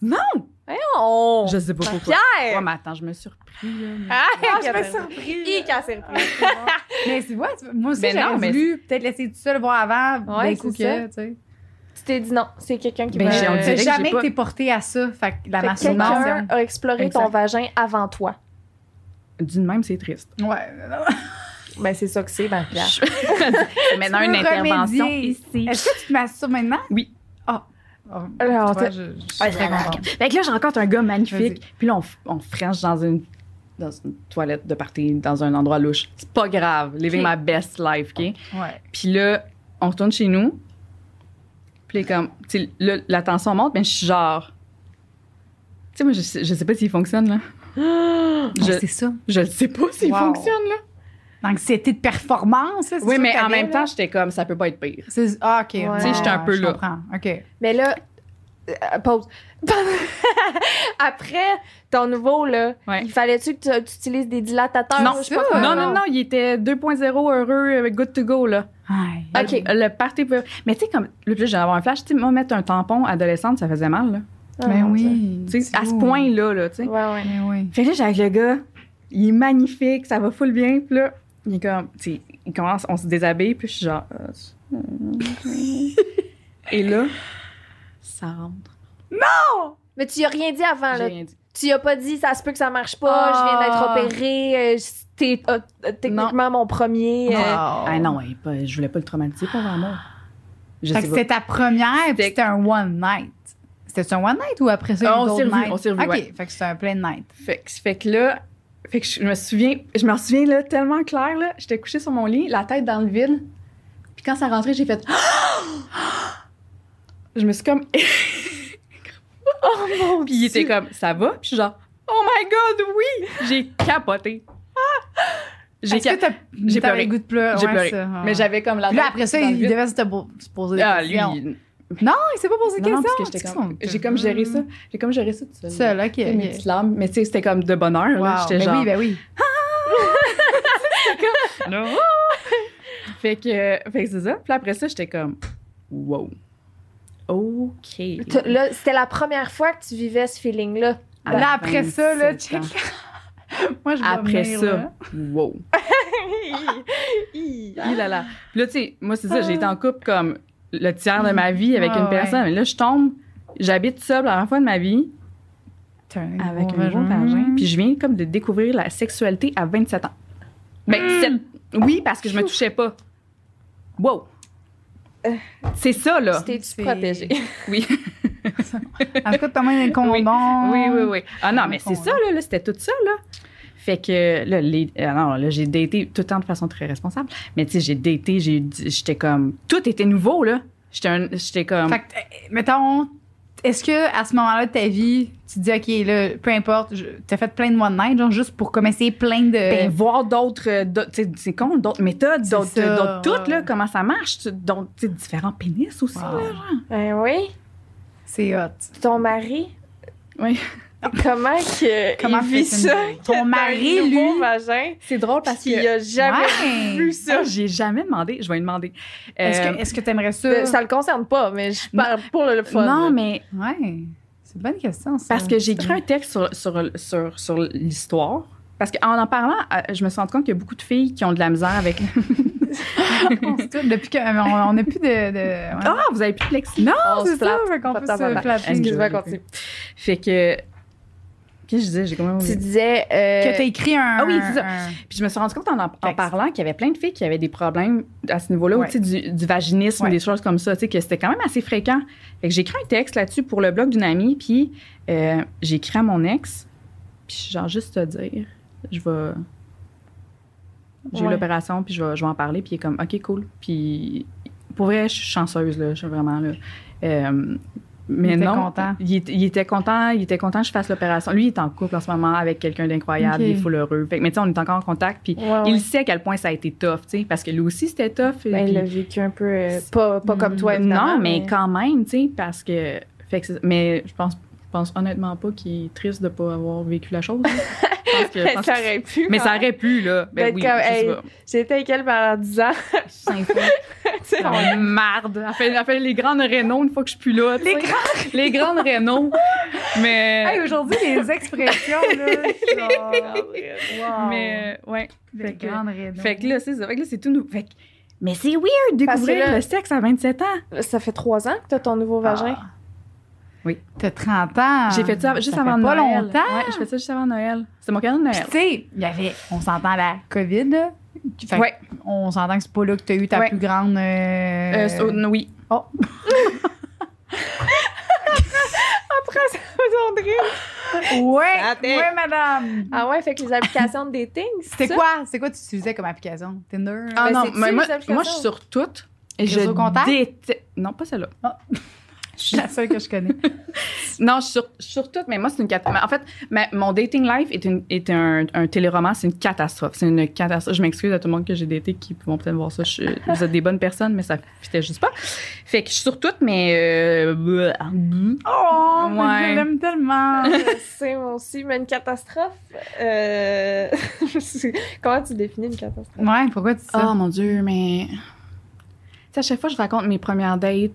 [SPEAKER 3] non,
[SPEAKER 1] Voyons!
[SPEAKER 3] je sais pas pourquoi.
[SPEAKER 1] Pierre!
[SPEAKER 3] Ouais, mais attends, je me suis repris. là.
[SPEAKER 1] Ah,
[SPEAKER 2] je me suis
[SPEAKER 1] Il casse le prix.
[SPEAKER 2] Mais tu vois, tu- moi aussi,
[SPEAKER 3] Ben non,
[SPEAKER 2] j'aurais
[SPEAKER 3] mais-
[SPEAKER 2] voulu peut-être laisser tout seul voir avant. ben,
[SPEAKER 1] Ouais,
[SPEAKER 2] d'un coup
[SPEAKER 1] c'est
[SPEAKER 2] que, tu sais.
[SPEAKER 1] Tu t'es dit non, c'est quelqu'un qui
[SPEAKER 3] Ben,
[SPEAKER 1] va...
[SPEAKER 3] j'ai- on
[SPEAKER 2] Euh,
[SPEAKER 3] dirait que j'ai
[SPEAKER 2] jamais
[SPEAKER 3] pas-
[SPEAKER 2] que t'es porté à ça. Fait que la
[SPEAKER 1] Fait que quelqu'un
[SPEAKER 2] masturbation.
[SPEAKER 1] a exploré ton
[SPEAKER 3] Exact.
[SPEAKER 1] vagin avant toi.
[SPEAKER 3] D'une même, c'est triste.
[SPEAKER 2] Ouais. [laughs]
[SPEAKER 1] Ben, c'est ça que c'est, ben, Pierre.
[SPEAKER 3] [laughs] Je- c'est maintenant
[SPEAKER 2] Tu
[SPEAKER 3] une
[SPEAKER 2] veux
[SPEAKER 3] intervention
[SPEAKER 2] remédier.
[SPEAKER 3] ici.
[SPEAKER 2] Est-ce que tu te masturbes maintenant?
[SPEAKER 3] Oui.
[SPEAKER 2] Ah. Oh.
[SPEAKER 1] Alors,
[SPEAKER 2] Tu vois,
[SPEAKER 1] t'as-
[SPEAKER 2] je, je suis
[SPEAKER 3] Ouais,
[SPEAKER 2] très
[SPEAKER 3] je la
[SPEAKER 2] contente.
[SPEAKER 3] Fait que là, j'ai encore un gars magnifique.
[SPEAKER 2] Vas-y.
[SPEAKER 3] Puis là, on, f- on frenche dans une, dans une toilette de party, dans un endroit louche. C'est pas grave. Living
[SPEAKER 2] Ok.
[SPEAKER 3] my best life, OK?
[SPEAKER 2] Ouais.
[SPEAKER 3] Puis là, on retourne chez nous. Puis là, comme, tu sais, là, la tension monte, mais je suis genre. Tu sais, moi, je, sais- je sais pas s'il fonctionne, là.
[SPEAKER 2] Je...
[SPEAKER 3] Je,
[SPEAKER 2] Ah, C'est ça.
[SPEAKER 3] je le sais pas s'il
[SPEAKER 2] Wow.
[SPEAKER 3] fonctionne, là.
[SPEAKER 2] L'anxiété de performance. là, c'est
[SPEAKER 3] Oui,
[SPEAKER 2] sûr
[SPEAKER 3] mais
[SPEAKER 2] que
[SPEAKER 3] en
[SPEAKER 2] t'avais,
[SPEAKER 3] même
[SPEAKER 2] là.
[SPEAKER 3] temps, j'étais comme, ça peut pas être pire.
[SPEAKER 2] C'est- Ah, ok.
[SPEAKER 1] Ouais.
[SPEAKER 2] Ouais,
[SPEAKER 1] Tu sais,
[SPEAKER 3] j'étais un peu
[SPEAKER 2] je
[SPEAKER 3] là.
[SPEAKER 2] comprends. Ok.
[SPEAKER 1] Mais là, euh, pause. [laughs] Après ton nouveau, là,
[SPEAKER 3] Ouais.
[SPEAKER 1] il fallait-tu que tu, tu utilises des dilatateurs?
[SPEAKER 3] Non,
[SPEAKER 1] je sais pas quoi,
[SPEAKER 3] Ah, non, non, non, il était 2.0 heureux, euh, good to go, là.
[SPEAKER 2] Aïe.
[SPEAKER 1] Ok.
[SPEAKER 3] Le party pouvait- Mais tu sais, comme. Là, plus, j'en avoir un flash. Tu sais, moi, mettre un tampon adolescente, ça faisait mal, là.
[SPEAKER 1] Ah,
[SPEAKER 2] Ben
[SPEAKER 1] mon Dieu.
[SPEAKER 2] oui.
[SPEAKER 3] Tu sais, à ce
[SPEAKER 2] Ouh.
[SPEAKER 3] point-là, là, tu sais.
[SPEAKER 1] Ouais, ouais.
[SPEAKER 2] Ben oui.
[SPEAKER 3] Fait que là, j'ai avec le gars. Il est magnifique, ça va full bien. Puis là, il est comme. Tu sais, il commence, on se déshabille, puis je suis genre. euh, [laughs] Et là, ça rentre. Ah,
[SPEAKER 1] Mais tu y as rien dit avant,
[SPEAKER 3] J'ai
[SPEAKER 1] là.
[SPEAKER 3] rien dit.
[SPEAKER 1] Tu y as pas dit, ça se peut que ça marche pas,
[SPEAKER 3] Ah.
[SPEAKER 1] je viens d'être opérée, euh, je- t'es euh, euh, techniquement mon premier. euh,
[SPEAKER 3] Ah non, il est pas- je voulais pas le traumatiser pour vraiment. Je
[SPEAKER 2] Fait
[SPEAKER 3] sais
[SPEAKER 2] que
[SPEAKER 3] pas.
[SPEAKER 2] c'était ta première, puis
[SPEAKER 3] C'était-
[SPEAKER 2] c'était un one night. C'était un one night ou après ça,
[SPEAKER 3] Ah,
[SPEAKER 2] une
[SPEAKER 3] on
[SPEAKER 2] autre
[SPEAKER 3] s'est revus,
[SPEAKER 2] night?
[SPEAKER 3] on s'est revus,
[SPEAKER 2] OK,
[SPEAKER 3] ouais.
[SPEAKER 2] fait que c'était un plein night.
[SPEAKER 3] Fait, que- fait que là, fait que je me souviens, je me souviens là, tellement clair, là, j'étais couchée sur mon lit, la tête dans le vide. Puis quand ça rentrait, j'ai fait. [gasps] Je me suis comme.
[SPEAKER 1] Oh [laughs] mon
[SPEAKER 3] Puis il était
[SPEAKER 1] Dieu.
[SPEAKER 3] [laughs] comme, ça va? Puis je suis genre, oh my god, oui! J'ai capoté.
[SPEAKER 2] J'ai
[SPEAKER 3] J'ai cap- pleuré.
[SPEAKER 2] J'ai pleuré. goût de pleurer.
[SPEAKER 3] J'ai
[SPEAKER 2] ouais,
[SPEAKER 3] pleuré.
[SPEAKER 2] ça, ouais.
[SPEAKER 3] Mais j'avais comme la
[SPEAKER 2] Puis là,
[SPEAKER 3] tête
[SPEAKER 2] après ça,
[SPEAKER 3] dans le
[SPEAKER 2] il
[SPEAKER 3] vide.
[SPEAKER 2] devait se, te po- se poser des
[SPEAKER 3] Ah, lui,
[SPEAKER 2] questions.
[SPEAKER 3] il-
[SPEAKER 2] Ah, il s'est pas posé de
[SPEAKER 3] Non, non,
[SPEAKER 2] questions. mm.
[SPEAKER 3] parce que j'étais
[SPEAKER 2] Tu
[SPEAKER 3] comme-
[SPEAKER 2] sais,
[SPEAKER 3] J'ai comme géré ça. J'ai comme géré ça tout seul.
[SPEAKER 2] Seul, ok.
[SPEAKER 3] Mes
[SPEAKER 2] ok.
[SPEAKER 3] petites larmes. Mais tu sais, c'était comme de bonheur.
[SPEAKER 2] Wow.
[SPEAKER 3] là. J'étais
[SPEAKER 2] Ben
[SPEAKER 3] genre.
[SPEAKER 2] oui, ben oui.
[SPEAKER 3] Fait que, euh, fait que c'est ça. Puis là, après ça, j'étais comme, wow. OK.
[SPEAKER 1] T- Là, c'était la première fois que tu vivais ce feeling-là.
[SPEAKER 3] À
[SPEAKER 2] Ah, Là, après ça, là,
[SPEAKER 3] 27
[SPEAKER 2] check.
[SPEAKER 3] ans.
[SPEAKER 2] [laughs] Moi, je vais
[SPEAKER 3] Après
[SPEAKER 2] venir,
[SPEAKER 3] ça,
[SPEAKER 2] là.
[SPEAKER 3] wow.
[SPEAKER 1] Hi.
[SPEAKER 3] Hi là là. Puis là, tu sais, moi, c'est ça, j'ai été en couple comme le tiers de ma vie avec
[SPEAKER 2] Ah,
[SPEAKER 3] une
[SPEAKER 2] ouais.
[SPEAKER 3] personne. Mais là, je tombe, j'habite seule la première fois de ma vie
[SPEAKER 2] T'as un
[SPEAKER 3] avec
[SPEAKER 2] gros
[SPEAKER 3] un gros vagin. Puis je viens comme de découvrir la sexualité à 27 ans. Ben,
[SPEAKER 2] Hmm.
[SPEAKER 3] sept- oui, parce que je me touchais pas. Wow. C'est ça, là.
[SPEAKER 1] Tu t'es-tu
[SPEAKER 2] C'est-
[SPEAKER 1] protégée?
[SPEAKER 3] Oui.
[SPEAKER 2] En tout cas, t'as même un condom.
[SPEAKER 3] Oui, oui, oui. Ah non,
[SPEAKER 2] Ils
[SPEAKER 3] mais
[SPEAKER 2] font,
[SPEAKER 3] c'est ça, là, là, c'était tout ça, là. Fait que, là, les, ah non, là, j'ai daté tout le temps de façon très responsable. Mais tu sais, j'ai daté, j'ai, j'étais comme, tout était nouveau, là. J'étais, un- j'étais comme,
[SPEAKER 2] Fait que, euh, mettons, est-ce que à ce moment-là de ta vie, tu te dis, OK, là, peu importe, je- t'as fait plein de one night, genre juste pour comme essayer plein de.
[SPEAKER 3] ben, voir d'autres, euh, d'autres- tu sais, c'est con, d'autres méthodes,
[SPEAKER 2] C'est
[SPEAKER 3] d'autres,
[SPEAKER 2] ça,
[SPEAKER 3] d'autres toutes,
[SPEAKER 2] ouais.
[SPEAKER 3] là, comment ça marche, tu- donc, tu sais, différents pénis aussi,
[SPEAKER 2] Wow.
[SPEAKER 3] là, genre.
[SPEAKER 1] Ben oui.
[SPEAKER 2] c'est hot.
[SPEAKER 1] Ton mari?
[SPEAKER 3] Oui.
[SPEAKER 1] Comment que
[SPEAKER 2] Comment
[SPEAKER 1] il vit
[SPEAKER 3] [laughs]
[SPEAKER 2] fait une-
[SPEAKER 1] ça?
[SPEAKER 2] Ton mari,
[SPEAKER 1] Un
[SPEAKER 2] lui.
[SPEAKER 1] nouveau vagin,
[SPEAKER 3] C'est drôle
[SPEAKER 1] parce
[SPEAKER 3] parce que,
[SPEAKER 1] qu'il a jamais
[SPEAKER 2] Ouais.
[SPEAKER 1] vu ça.
[SPEAKER 3] ça, j'ai jamais demandé, je vais lui demander.
[SPEAKER 2] Est-ce
[SPEAKER 3] Euh,
[SPEAKER 2] que- est-ce que t'aimerais ça?
[SPEAKER 1] Euh, Ça le concerne pas, mais je parle pour le fun.
[SPEAKER 3] non, mais
[SPEAKER 2] Ouais. C'est une bonne question, ça.
[SPEAKER 3] Parce que j'ai écrit un texte sur, sur, sur, sur l'histoire. Parce qu'en en parlant, euh, je me suis rendu compte qu'il y a beaucoup de filles qui ont de la misère avec.
[SPEAKER 2] [laughs] On se tourne depuis qu'on on n'a plus de. de- ouais.
[SPEAKER 3] Ah, vous avez plus de plexi.
[SPEAKER 2] Non,
[SPEAKER 1] on
[SPEAKER 2] c'est
[SPEAKER 1] se
[SPEAKER 2] ça,
[SPEAKER 1] flatte,
[SPEAKER 2] fait qu'on peut
[SPEAKER 1] flatte avant
[SPEAKER 2] se
[SPEAKER 1] la-
[SPEAKER 2] flatter.
[SPEAKER 1] Excuse-moi,
[SPEAKER 3] Je- je-
[SPEAKER 1] continue.
[SPEAKER 3] Fait que. Qu'est-ce que je disais? J'ai quand même
[SPEAKER 1] Tu disais. euh,
[SPEAKER 2] Que t'as écrit un.
[SPEAKER 3] Ah oui, c'est ça.
[SPEAKER 2] un-
[SPEAKER 3] Puis je me suis rendu compte en, en- en
[SPEAKER 2] Texte.
[SPEAKER 3] parlant qu'il y avait plein de filles qui avaient des problèmes à ce niveau-là,
[SPEAKER 2] Ouais.
[SPEAKER 3] ou tu sais, du, du vaginisme,
[SPEAKER 2] Ouais.
[SPEAKER 3] des choses comme ça, tu sais, que c'était quand même assez fréquent. Fait que j'ai écrit un texte là-dessus pour le blog d'une amie, puis euh, j'ai écrit à mon ex, puis je suis genre juste te dire, je vais. J'ai
[SPEAKER 1] Ouais.
[SPEAKER 3] eu l'opération, puis je vais, je vais en parler, puis il est comme, OK, cool. Puis pour vrai, je suis chanceuse, là, je suis vraiment là. Euh, mais
[SPEAKER 2] Il était
[SPEAKER 3] non, [laughs]
[SPEAKER 2] content.
[SPEAKER 3] Il, est- il était content, il était content que je fasse l'opération. Lui, il est en couple en ce moment avec quelqu'un d'incroyable,
[SPEAKER 2] Ok.
[SPEAKER 3] il est full heureux. Fait que, mais tu sais, on est encore en contact, puis
[SPEAKER 1] Ah ouais, ouais.
[SPEAKER 3] il sait à quel point ça a été tough, tu sais, parce que lui aussi c'était tough. et
[SPEAKER 1] Ben,
[SPEAKER 3] puis- Mm,
[SPEAKER 1] il l'a vécu un peu. euh, pas pas comme toi, évidemment.
[SPEAKER 3] non, mais quand même, tu sais, parce que. Fait que c'est- mais je pense, je pense honnêtement pas qu'il est triste de pas avoir vécu la chose. hein.
[SPEAKER 1] [laughs]
[SPEAKER 3] Je pense que- je pense
[SPEAKER 1] ça
[SPEAKER 3] que-
[SPEAKER 1] aurait pu.
[SPEAKER 3] mais ça
[SPEAKER 1] quand même.
[SPEAKER 3] aurait pu, là. Ben
[SPEAKER 1] D'être
[SPEAKER 3] oui,
[SPEAKER 1] comme,
[SPEAKER 3] je sais
[SPEAKER 1] hey, [laughs]
[SPEAKER 3] pas.
[SPEAKER 1] J'étais avec elle pendant 10 ans.
[SPEAKER 3] Cinq fois.
[SPEAKER 2] Euh,
[SPEAKER 1] tu sais, on-
[SPEAKER 3] J'en ai marre de- Oh, Elle fait, elle fait les grandes rénaux une fois que je suis plus là. tu sais. Les grandes
[SPEAKER 1] [laughs]
[SPEAKER 3] rénaux. Mais.
[SPEAKER 2] Hey, aujourd'hui, les expressions,
[SPEAKER 3] [laughs]
[SPEAKER 2] là. genre, wow.
[SPEAKER 3] mais, ouais.
[SPEAKER 2] Des
[SPEAKER 3] que-
[SPEAKER 2] grandes raisons.
[SPEAKER 3] Fait que là, c'est ça. Fait que là, c'est tout nouveau. Fait que- mais c'est weird de
[SPEAKER 1] Parce que
[SPEAKER 3] découvrir
[SPEAKER 1] là-
[SPEAKER 3] le sexe à 27 ans.
[SPEAKER 1] Ça fait 3 ans que t'as ton nouveau vagin.
[SPEAKER 2] Ah.
[SPEAKER 3] Oui.
[SPEAKER 2] T'as 30 ans.
[SPEAKER 3] J'ai fait Ah, ça juste
[SPEAKER 2] fait
[SPEAKER 3] avant
[SPEAKER 2] pas
[SPEAKER 3] Noël.
[SPEAKER 2] longtemps.
[SPEAKER 3] Ouais, j'ai fait ça juste avant Noël. C'était mon cadeau de
[SPEAKER 2] Puis,
[SPEAKER 3] Noël.
[SPEAKER 2] tu sais, il y avait, on s'entend la COVID, là. Fait que
[SPEAKER 3] Ouais.
[SPEAKER 2] On s'entend que c'est pas là que t'as eu ta
[SPEAKER 3] Ouais.
[SPEAKER 2] plus grande. euh,
[SPEAKER 3] Euh, so- oui.
[SPEAKER 2] Ouais,
[SPEAKER 1] Santé.
[SPEAKER 2] ouais, madame.
[SPEAKER 1] Ah ouais, fait que les applications de dating,
[SPEAKER 2] C'était
[SPEAKER 1] ça?
[SPEAKER 2] quoi? C'est quoi tu utilisais comme application? Tinder?
[SPEAKER 3] Ah
[SPEAKER 1] Ben,
[SPEAKER 3] non,
[SPEAKER 1] c'est-tu
[SPEAKER 3] mais moi,
[SPEAKER 1] les applications?
[SPEAKER 3] moi, je suis sur toutes. Et je
[SPEAKER 2] Réseau contact?
[SPEAKER 3] déteste- Non, pas celle-là.
[SPEAKER 2] [laughs] Je suis la seule que
[SPEAKER 3] [laughs]
[SPEAKER 2] je connais.
[SPEAKER 3] Non, je suis sur, je suis sur toutes, mais moi, c'est une catastrophe. En fait, ma- mon dating life est, une, est un, un téléroman, c'est une catastrophe. C'est une catastrophe. Je m'excuse à tout le monde que j'ai daté qui vont peut-être voir ça. Je- vous êtes des bonnes personnes, mais ça fitait juste pas. Fait que je suis sur toutes, mais. euh, bleu, ah, bleu.
[SPEAKER 2] Oh,
[SPEAKER 3] mais
[SPEAKER 2] ouais. je
[SPEAKER 3] je
[SPEAKER 2] l'aime tellement.
[SPEAKER 1] C'est moi aussi, mais une catastrophe. euh, [laughs] Comment tu définis une catastrophe?
[SPEAKER 2] ouais, pourquoi tu dis ça?
[SPEAKER 3] Oh mon Dieu, mais. Tu sais, à chaque fois, je raconte mes premières dates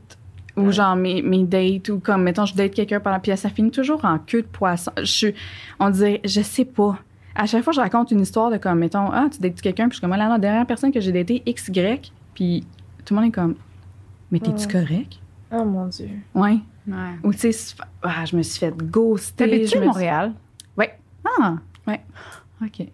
[SPEAKER 3] ou
[SPEAKER 1] Ouais.
[SPEAKER 3] genre mes, mes dates ou comme, mettons, je date quelqu'un pendant. Puis ça finit toujours en queue de poisson. Je suis- On dirait, je sais pas. À chaque fois, je raconte une histoire de comme, mettons, ah, tu dates quelqu'un, puis je suis comme, ah, là, la dernière personne que j'ai datée, XY, puis tout le monde est comme, mais t'es-tu
[SPEAKER 1] Ouais.
[SPEAKER 3] correct?
[SPEAKER 1] Oh mon dieu.
[SPEAKER 3] Ouais.
[SPEAKER 2] Ouais.
[SPEAKER 3] Ou tu sais, c'est- ah, je me suis fait ghoster.
[SPEAKER 2] T'habites-tu
[SPEAKER 3] je
[SPEAKER 2] à
[SPEAKER 3] me suis-
[SPEAKER 2] Montréal?
[SPEAKER 3] Ouais.
[SPEAKER 2] Ah.
[SPEAKER 3] Ouais.
[SPEAKER 2] OK.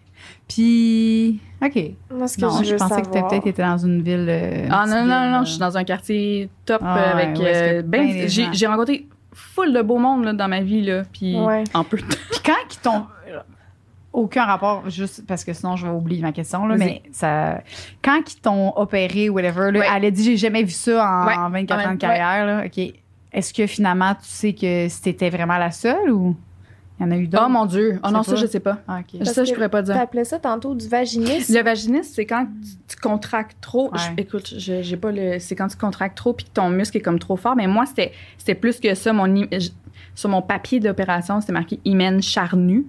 [SPEAKER 2] Puis, OK.
[SPEAKER 1] Moi, ce que
[SPEAKER 2] Non,
[SPEAKER 1] je,
[SPEAKER 2] je
[SPEAKER 1] veux
[SPEAKER 2] pensais que t'as
[SPEAKER 1] savoir-
[SPEAKER 2] peut-être été dans une ville. euh, une
[SPEAKER 3] Ah non,
[SPEAKER 2] petite
[SPEAKER 3] non,
[SPEAKER 2] ville,
[SPEAKER 3] non,
[SPEAKER 2] euh,
[SPEAKER 3] je suis dans un quartier top
[SPEAKER 2] Ah,
[SPEAKER 3] euh,
[SPEAKER 2] ouais,
[SPEAKER 3] avec
[SPEAKER 2] où est-ce qu'il y a
[SPEAKER 3] euh,
[SPEAKER 2] plein
[SPEAKER 3] ben-
[SPEAKER 2] des
[SPEAKER 3] j'ai
[SPEAKER 2] gens.
[SPEAKER 3] j'ai rencontré full de beau monde là, dans ma vie là, puis
[SPEAKER 1] Ouais.
[SPEAKER 3] en peu de temps.
[SPEAKER 2] Puis quand ils t'ont. Aucun rapport, juste parce que sinon je vais oublier ma question, là,
[SPEAKER 3] Vas-y.
[SPEAKER 2] mais ça, quand ils t'ont opéré, whatever, là,
[SPEAKER 3] Ouais.
[SPEAKER 2] elle a dit j'ai jamais vu ça en,
[SPEAKER 3] Ouais.
[SPEAKER 2] en 24
[SPEAKER 3] Ouais.
[SPEAKER 2] ans de carrière, là, OK. Est-ce que finalement tu sais que c'était vraiment la seule ou il Il y en a eu
[SPEAKER 3] Oh
[SPEAKER 2] d'autres.
[SPEAKER 3] mon Dieu. Oh
[SPEAKER 2] Je
[SPEAKER 3] non,
[SPEAKER 2] sais
[SPEAKER 3] ça,
[SPEAKER 2] pas.
[SPEAKER 3] je sais pas.
[SPEAKER 2] Ah, OK.
[SPEAKER 1] Parce
[SPEAKER 3] ça, je
[SPEAKER 1] que
[SPEAKER 3] pourrais pas dire.
[SPEAKER 1] T'appelais ça tantôt du vaginisme.
[SPEAKER 3] Le vaginisme, c'est quand tu, tu contractes trop. Je-
[SPEAKER 2] Ouais.
[SPEAKER 3] écoute, je- j'ai pas le. C'est quand tu contractes trop puis que ton muscle est comme trop fort. Mais moi, c'était c'était plus que ça. Mon, im- je- sur mon papier d'opération, c'était marqué hymen charnu.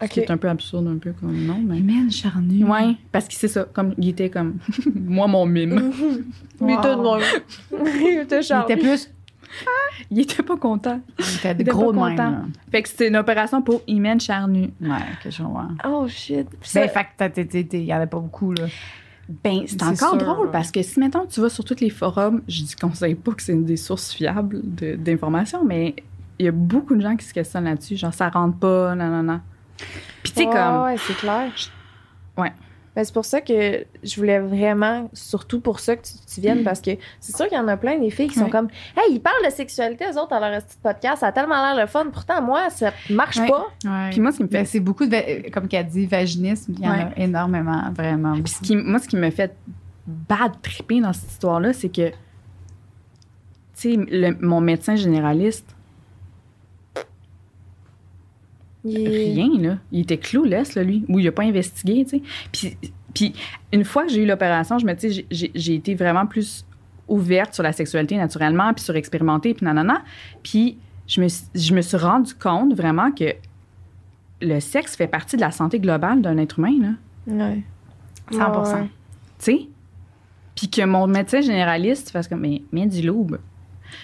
[SPEAKER 1] Ok. [laughs]
[SPEAKER 3] C'est un peu absurde, un peu comme nom, mais.
[SPEAKER 2] Humaine charnue.
[SPEAKER 3] Ouais, parce que c'est ça, comme il était comme [laughs] moi mon mime. [laughs]
[SPEAKER 1] Mais
[SPEAKER 2] Wow.
[SPEAKER 1] tout le monde. Tout
[SPEAKER 2] Il
[SPEAKER 1] genre.
[SPEAKER 2] était plus.
[SPEAKER 3] Il était pas content.
[SPEAKER 2] Il était
[SPEAKER 3] était
[SPEAKER 2] gros de
[SPEAKER 3] pas
[SPEAKER 2] même.
[SPEAKER 3] Fait que c'était une opération pour hymen charnu.
[SPEAKER 2] là. Ouais, que je vois.
[SPEAKER 1] Oh shit. Puis ça-
[SPEAKER 2] Ben, fait que t'as- t'es- t'es- t'es- il y en avait pas beaucoup, là.
[SPEAKER 3] Ben, c'est
[SPEAKER 2] C'est
[SPEAKER 3] encore
[SPEAKER 2] sûr,
[SPEAKER 3] drôle
[SPEAKER 2] ouais.
[SPEAKER 3] parce que si maintenant tu vas sur tous les forums, je dis conseille pas que c'est une des sources fiables de- d'informations, mais il y a beaucoup de gens qui se questionnent là-dessus, genre ça rentre pas, non non non. Puis tu sais
[SPEAKER 1] Ouais,
[SPEAKER 3] comme
[SPEAKER 1] ouais, c'est clair.
[SPEAKER 3] Ouais.
[SPEAKER 1] Ben, c'est pour ça que je voulais vraiment, surtout pour ça que tu, tu viennes, parce que c'est sûr qu'il y en a plein des filles qui sont
[SPEAKER 3] Mm. Ouais.
[SPEAKER 1] comme Hey, ils parlent de sexualité, eux autres, dans leur petit podcast, ça a tellement l'air le fun. Pourtant, moi, ça marche
[SPEAKER 3] Ouais.
[SPEAKER 1] pas.
[SPEAKER 3] puis moi ce qui me fait
[SPEAKER 2] Ben, c'est beaucoup de, va- comme qu'elle dit, vaginisme. Il y en a énormément, vraiment. Ben,
[SPEAKER 3] Puis ce qui, moi, ce qui me fait bad triper dans cette histoire-là, c'est que, tu sais, le- mon médecin généraliste,
[SPEAKER 1] Il-
[SPEAKER 3] rien, là. Il était clouless, là, lui. Ou il a pas investigué, tu sais. Puis, puis une fois que j'ai eu l'opération, je me dis, j'ai j'ai été vraiment plus ouverte sur la sexualité naturellement, puis sur expérimenter, puis nanana. Puis je me, suis- je me suis rendu compte vraiment que le sexe fait partie de la santé globale d'un être humain, là.
[SPEAKER 1] Ouais.
[SPEAKER 2] 100%.
[SPEAKER 1] Ouais.
[SPEAKER 3] Tu sais? Puis que mon médecin généraliste fasse comme, mais, mais du loup,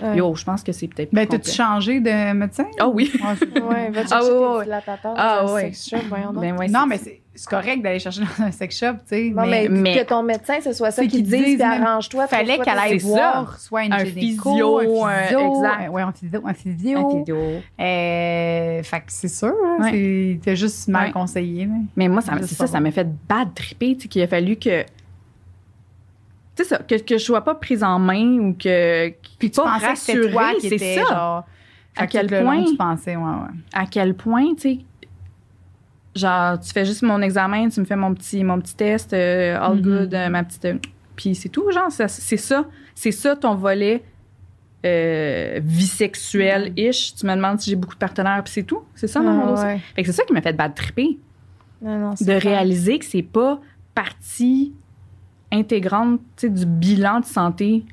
[SPEAKER 1] Ouais.
[SPEAKER 3] Yo, je pense que c'est peut-être
[SPEAKER 2] Ben,
[SPEAKER 3] plus
[SPEAKER 2] t'as-tu
[SPEAKER 3] complet.
[SPEAKER 2] changé de médecin?
[SPEAKER 3] Ah oui.
[SPEAKER 2] Ouais, c'est-
[SPEAKER 1] Ouais, va chercher
[SPEAKER 3] Ah, ouais,
[SPEAKER 1] tes
[SPEAKER 3] ouais.
[SPEAKER 1] dilatateurs
[SPEAKER 3] Ah,
[SPEAKER 1] dans un
[SPEAKER 3] ouais.
[SPEAKER 1] sex shop, voyons donc.
[SPEAKER 3] Ben ouais,
[SPEAKER 2] [laughs] non,
[SPEAKER 3] c'est-
[SPEAKER 2] mais c'est c'est correct d'aller chercher dans un sex shop, tu sais.
[SPEAKER 1] Non, mais,
[SPEAKER 2] mais,
[SPEAKER 3] mais-
[SPEAKER 1] que ton médecin, ce soit ça
[SPEAKER 2] C'est
[SPEAKER 1] qu'il
[SPEAKER 2] qu'ils
[SPEAKER 1] dise,
[SPEAKER 2] disent
[SPEAKER 1] puis
[SPEAKER 2] même-
[SPEAKER 1] arrange-toi.
[SPEAKER 2] fallait
[SPEAKER 1] trouve-toi
[SPEAKER 2] qu'elle aille
[SPEAKER 3] c'est
[SPEAKER 2] voir soit une
[SPEAKER 3] Un
[SPEAKER 2] gynéco,
[SPEAKER 3] physio, un-
[SPEAKER 2] un physio,
[SPEAKER 3] exact.
[SPEAKER 2] euh, ouais, un physio, un physio.
[SPEAKER 3] Un vidéo.
[SPEAKER 2] Euh, fait que c'est sûr, hein,
[SPEAKER 3] Ouais.
[SPEAKER 2] c'est- t'as juste mal
[SPEAKER 3] Ouais.
[SPEAKER 2] conseillé. là.
[SPEAKER 3] Mais moi, ça,
[SPEAKER 2] Je
[SPEAKER 3] c'est
[SPEAKER 2] sais
[SPEAKER 3] ça,
[SPEAKER 2] pas.
[SPEAKER 3] ça m'a fait bad tripper, tu sais, qu'il a fallu que. Tu sais ça, que, que je sois pas prise en main ou que.
[SPEAKER 2] Puis tu
[SPEAKER 3] pas
[SPEAKER 2] pensais que c'était toi
[SPEAKER 3] rassurée,
[SPEAKER 2] qui
[SPEAKER 3] c'est
[SPEAKER 2] étais
[SPEAKER 3] ça.
[SPEAKER 2] genre.
[SPEAKER 3] À
[SPEAKER 2] fait que
[SPEAKER 3] quel
[SPEAKER 2] tout le long,
[SPEAKER 3] point?
[SPEAKER 2] tu pensais, ouais, ouais.
[SPEAKER 3] À quel point, tu sais. Genre, tu fais juste mon examen, tu me fais mon petit, mon petit test, euh, all
[SPEAKER 2] Mhm.
[SPEAKER 3] good, euh, ma petite. euh, puis c'est tout, genre, ça- c'est ça. C'est ça ton volet euh, bisexuel-ish. Tu me demandes si j'ai beaucoup de partenaires, puis c'est tout. C'est ça,
[SPEAKER 1] Ah,
[SPEAKER 3] mon dossier.
[SPEAKER 1] ouais.
[SPEAKER 3] Fait que c'est ça qui m'a fait bad tripper.
[SPEAKER 1] Non, non, c'est
[SPEAKER 3] de
[SPEAKER 1] clair.
[SPEAKER 3] réaliser que c'est pas partie intégrante tu sais, du bilan de santé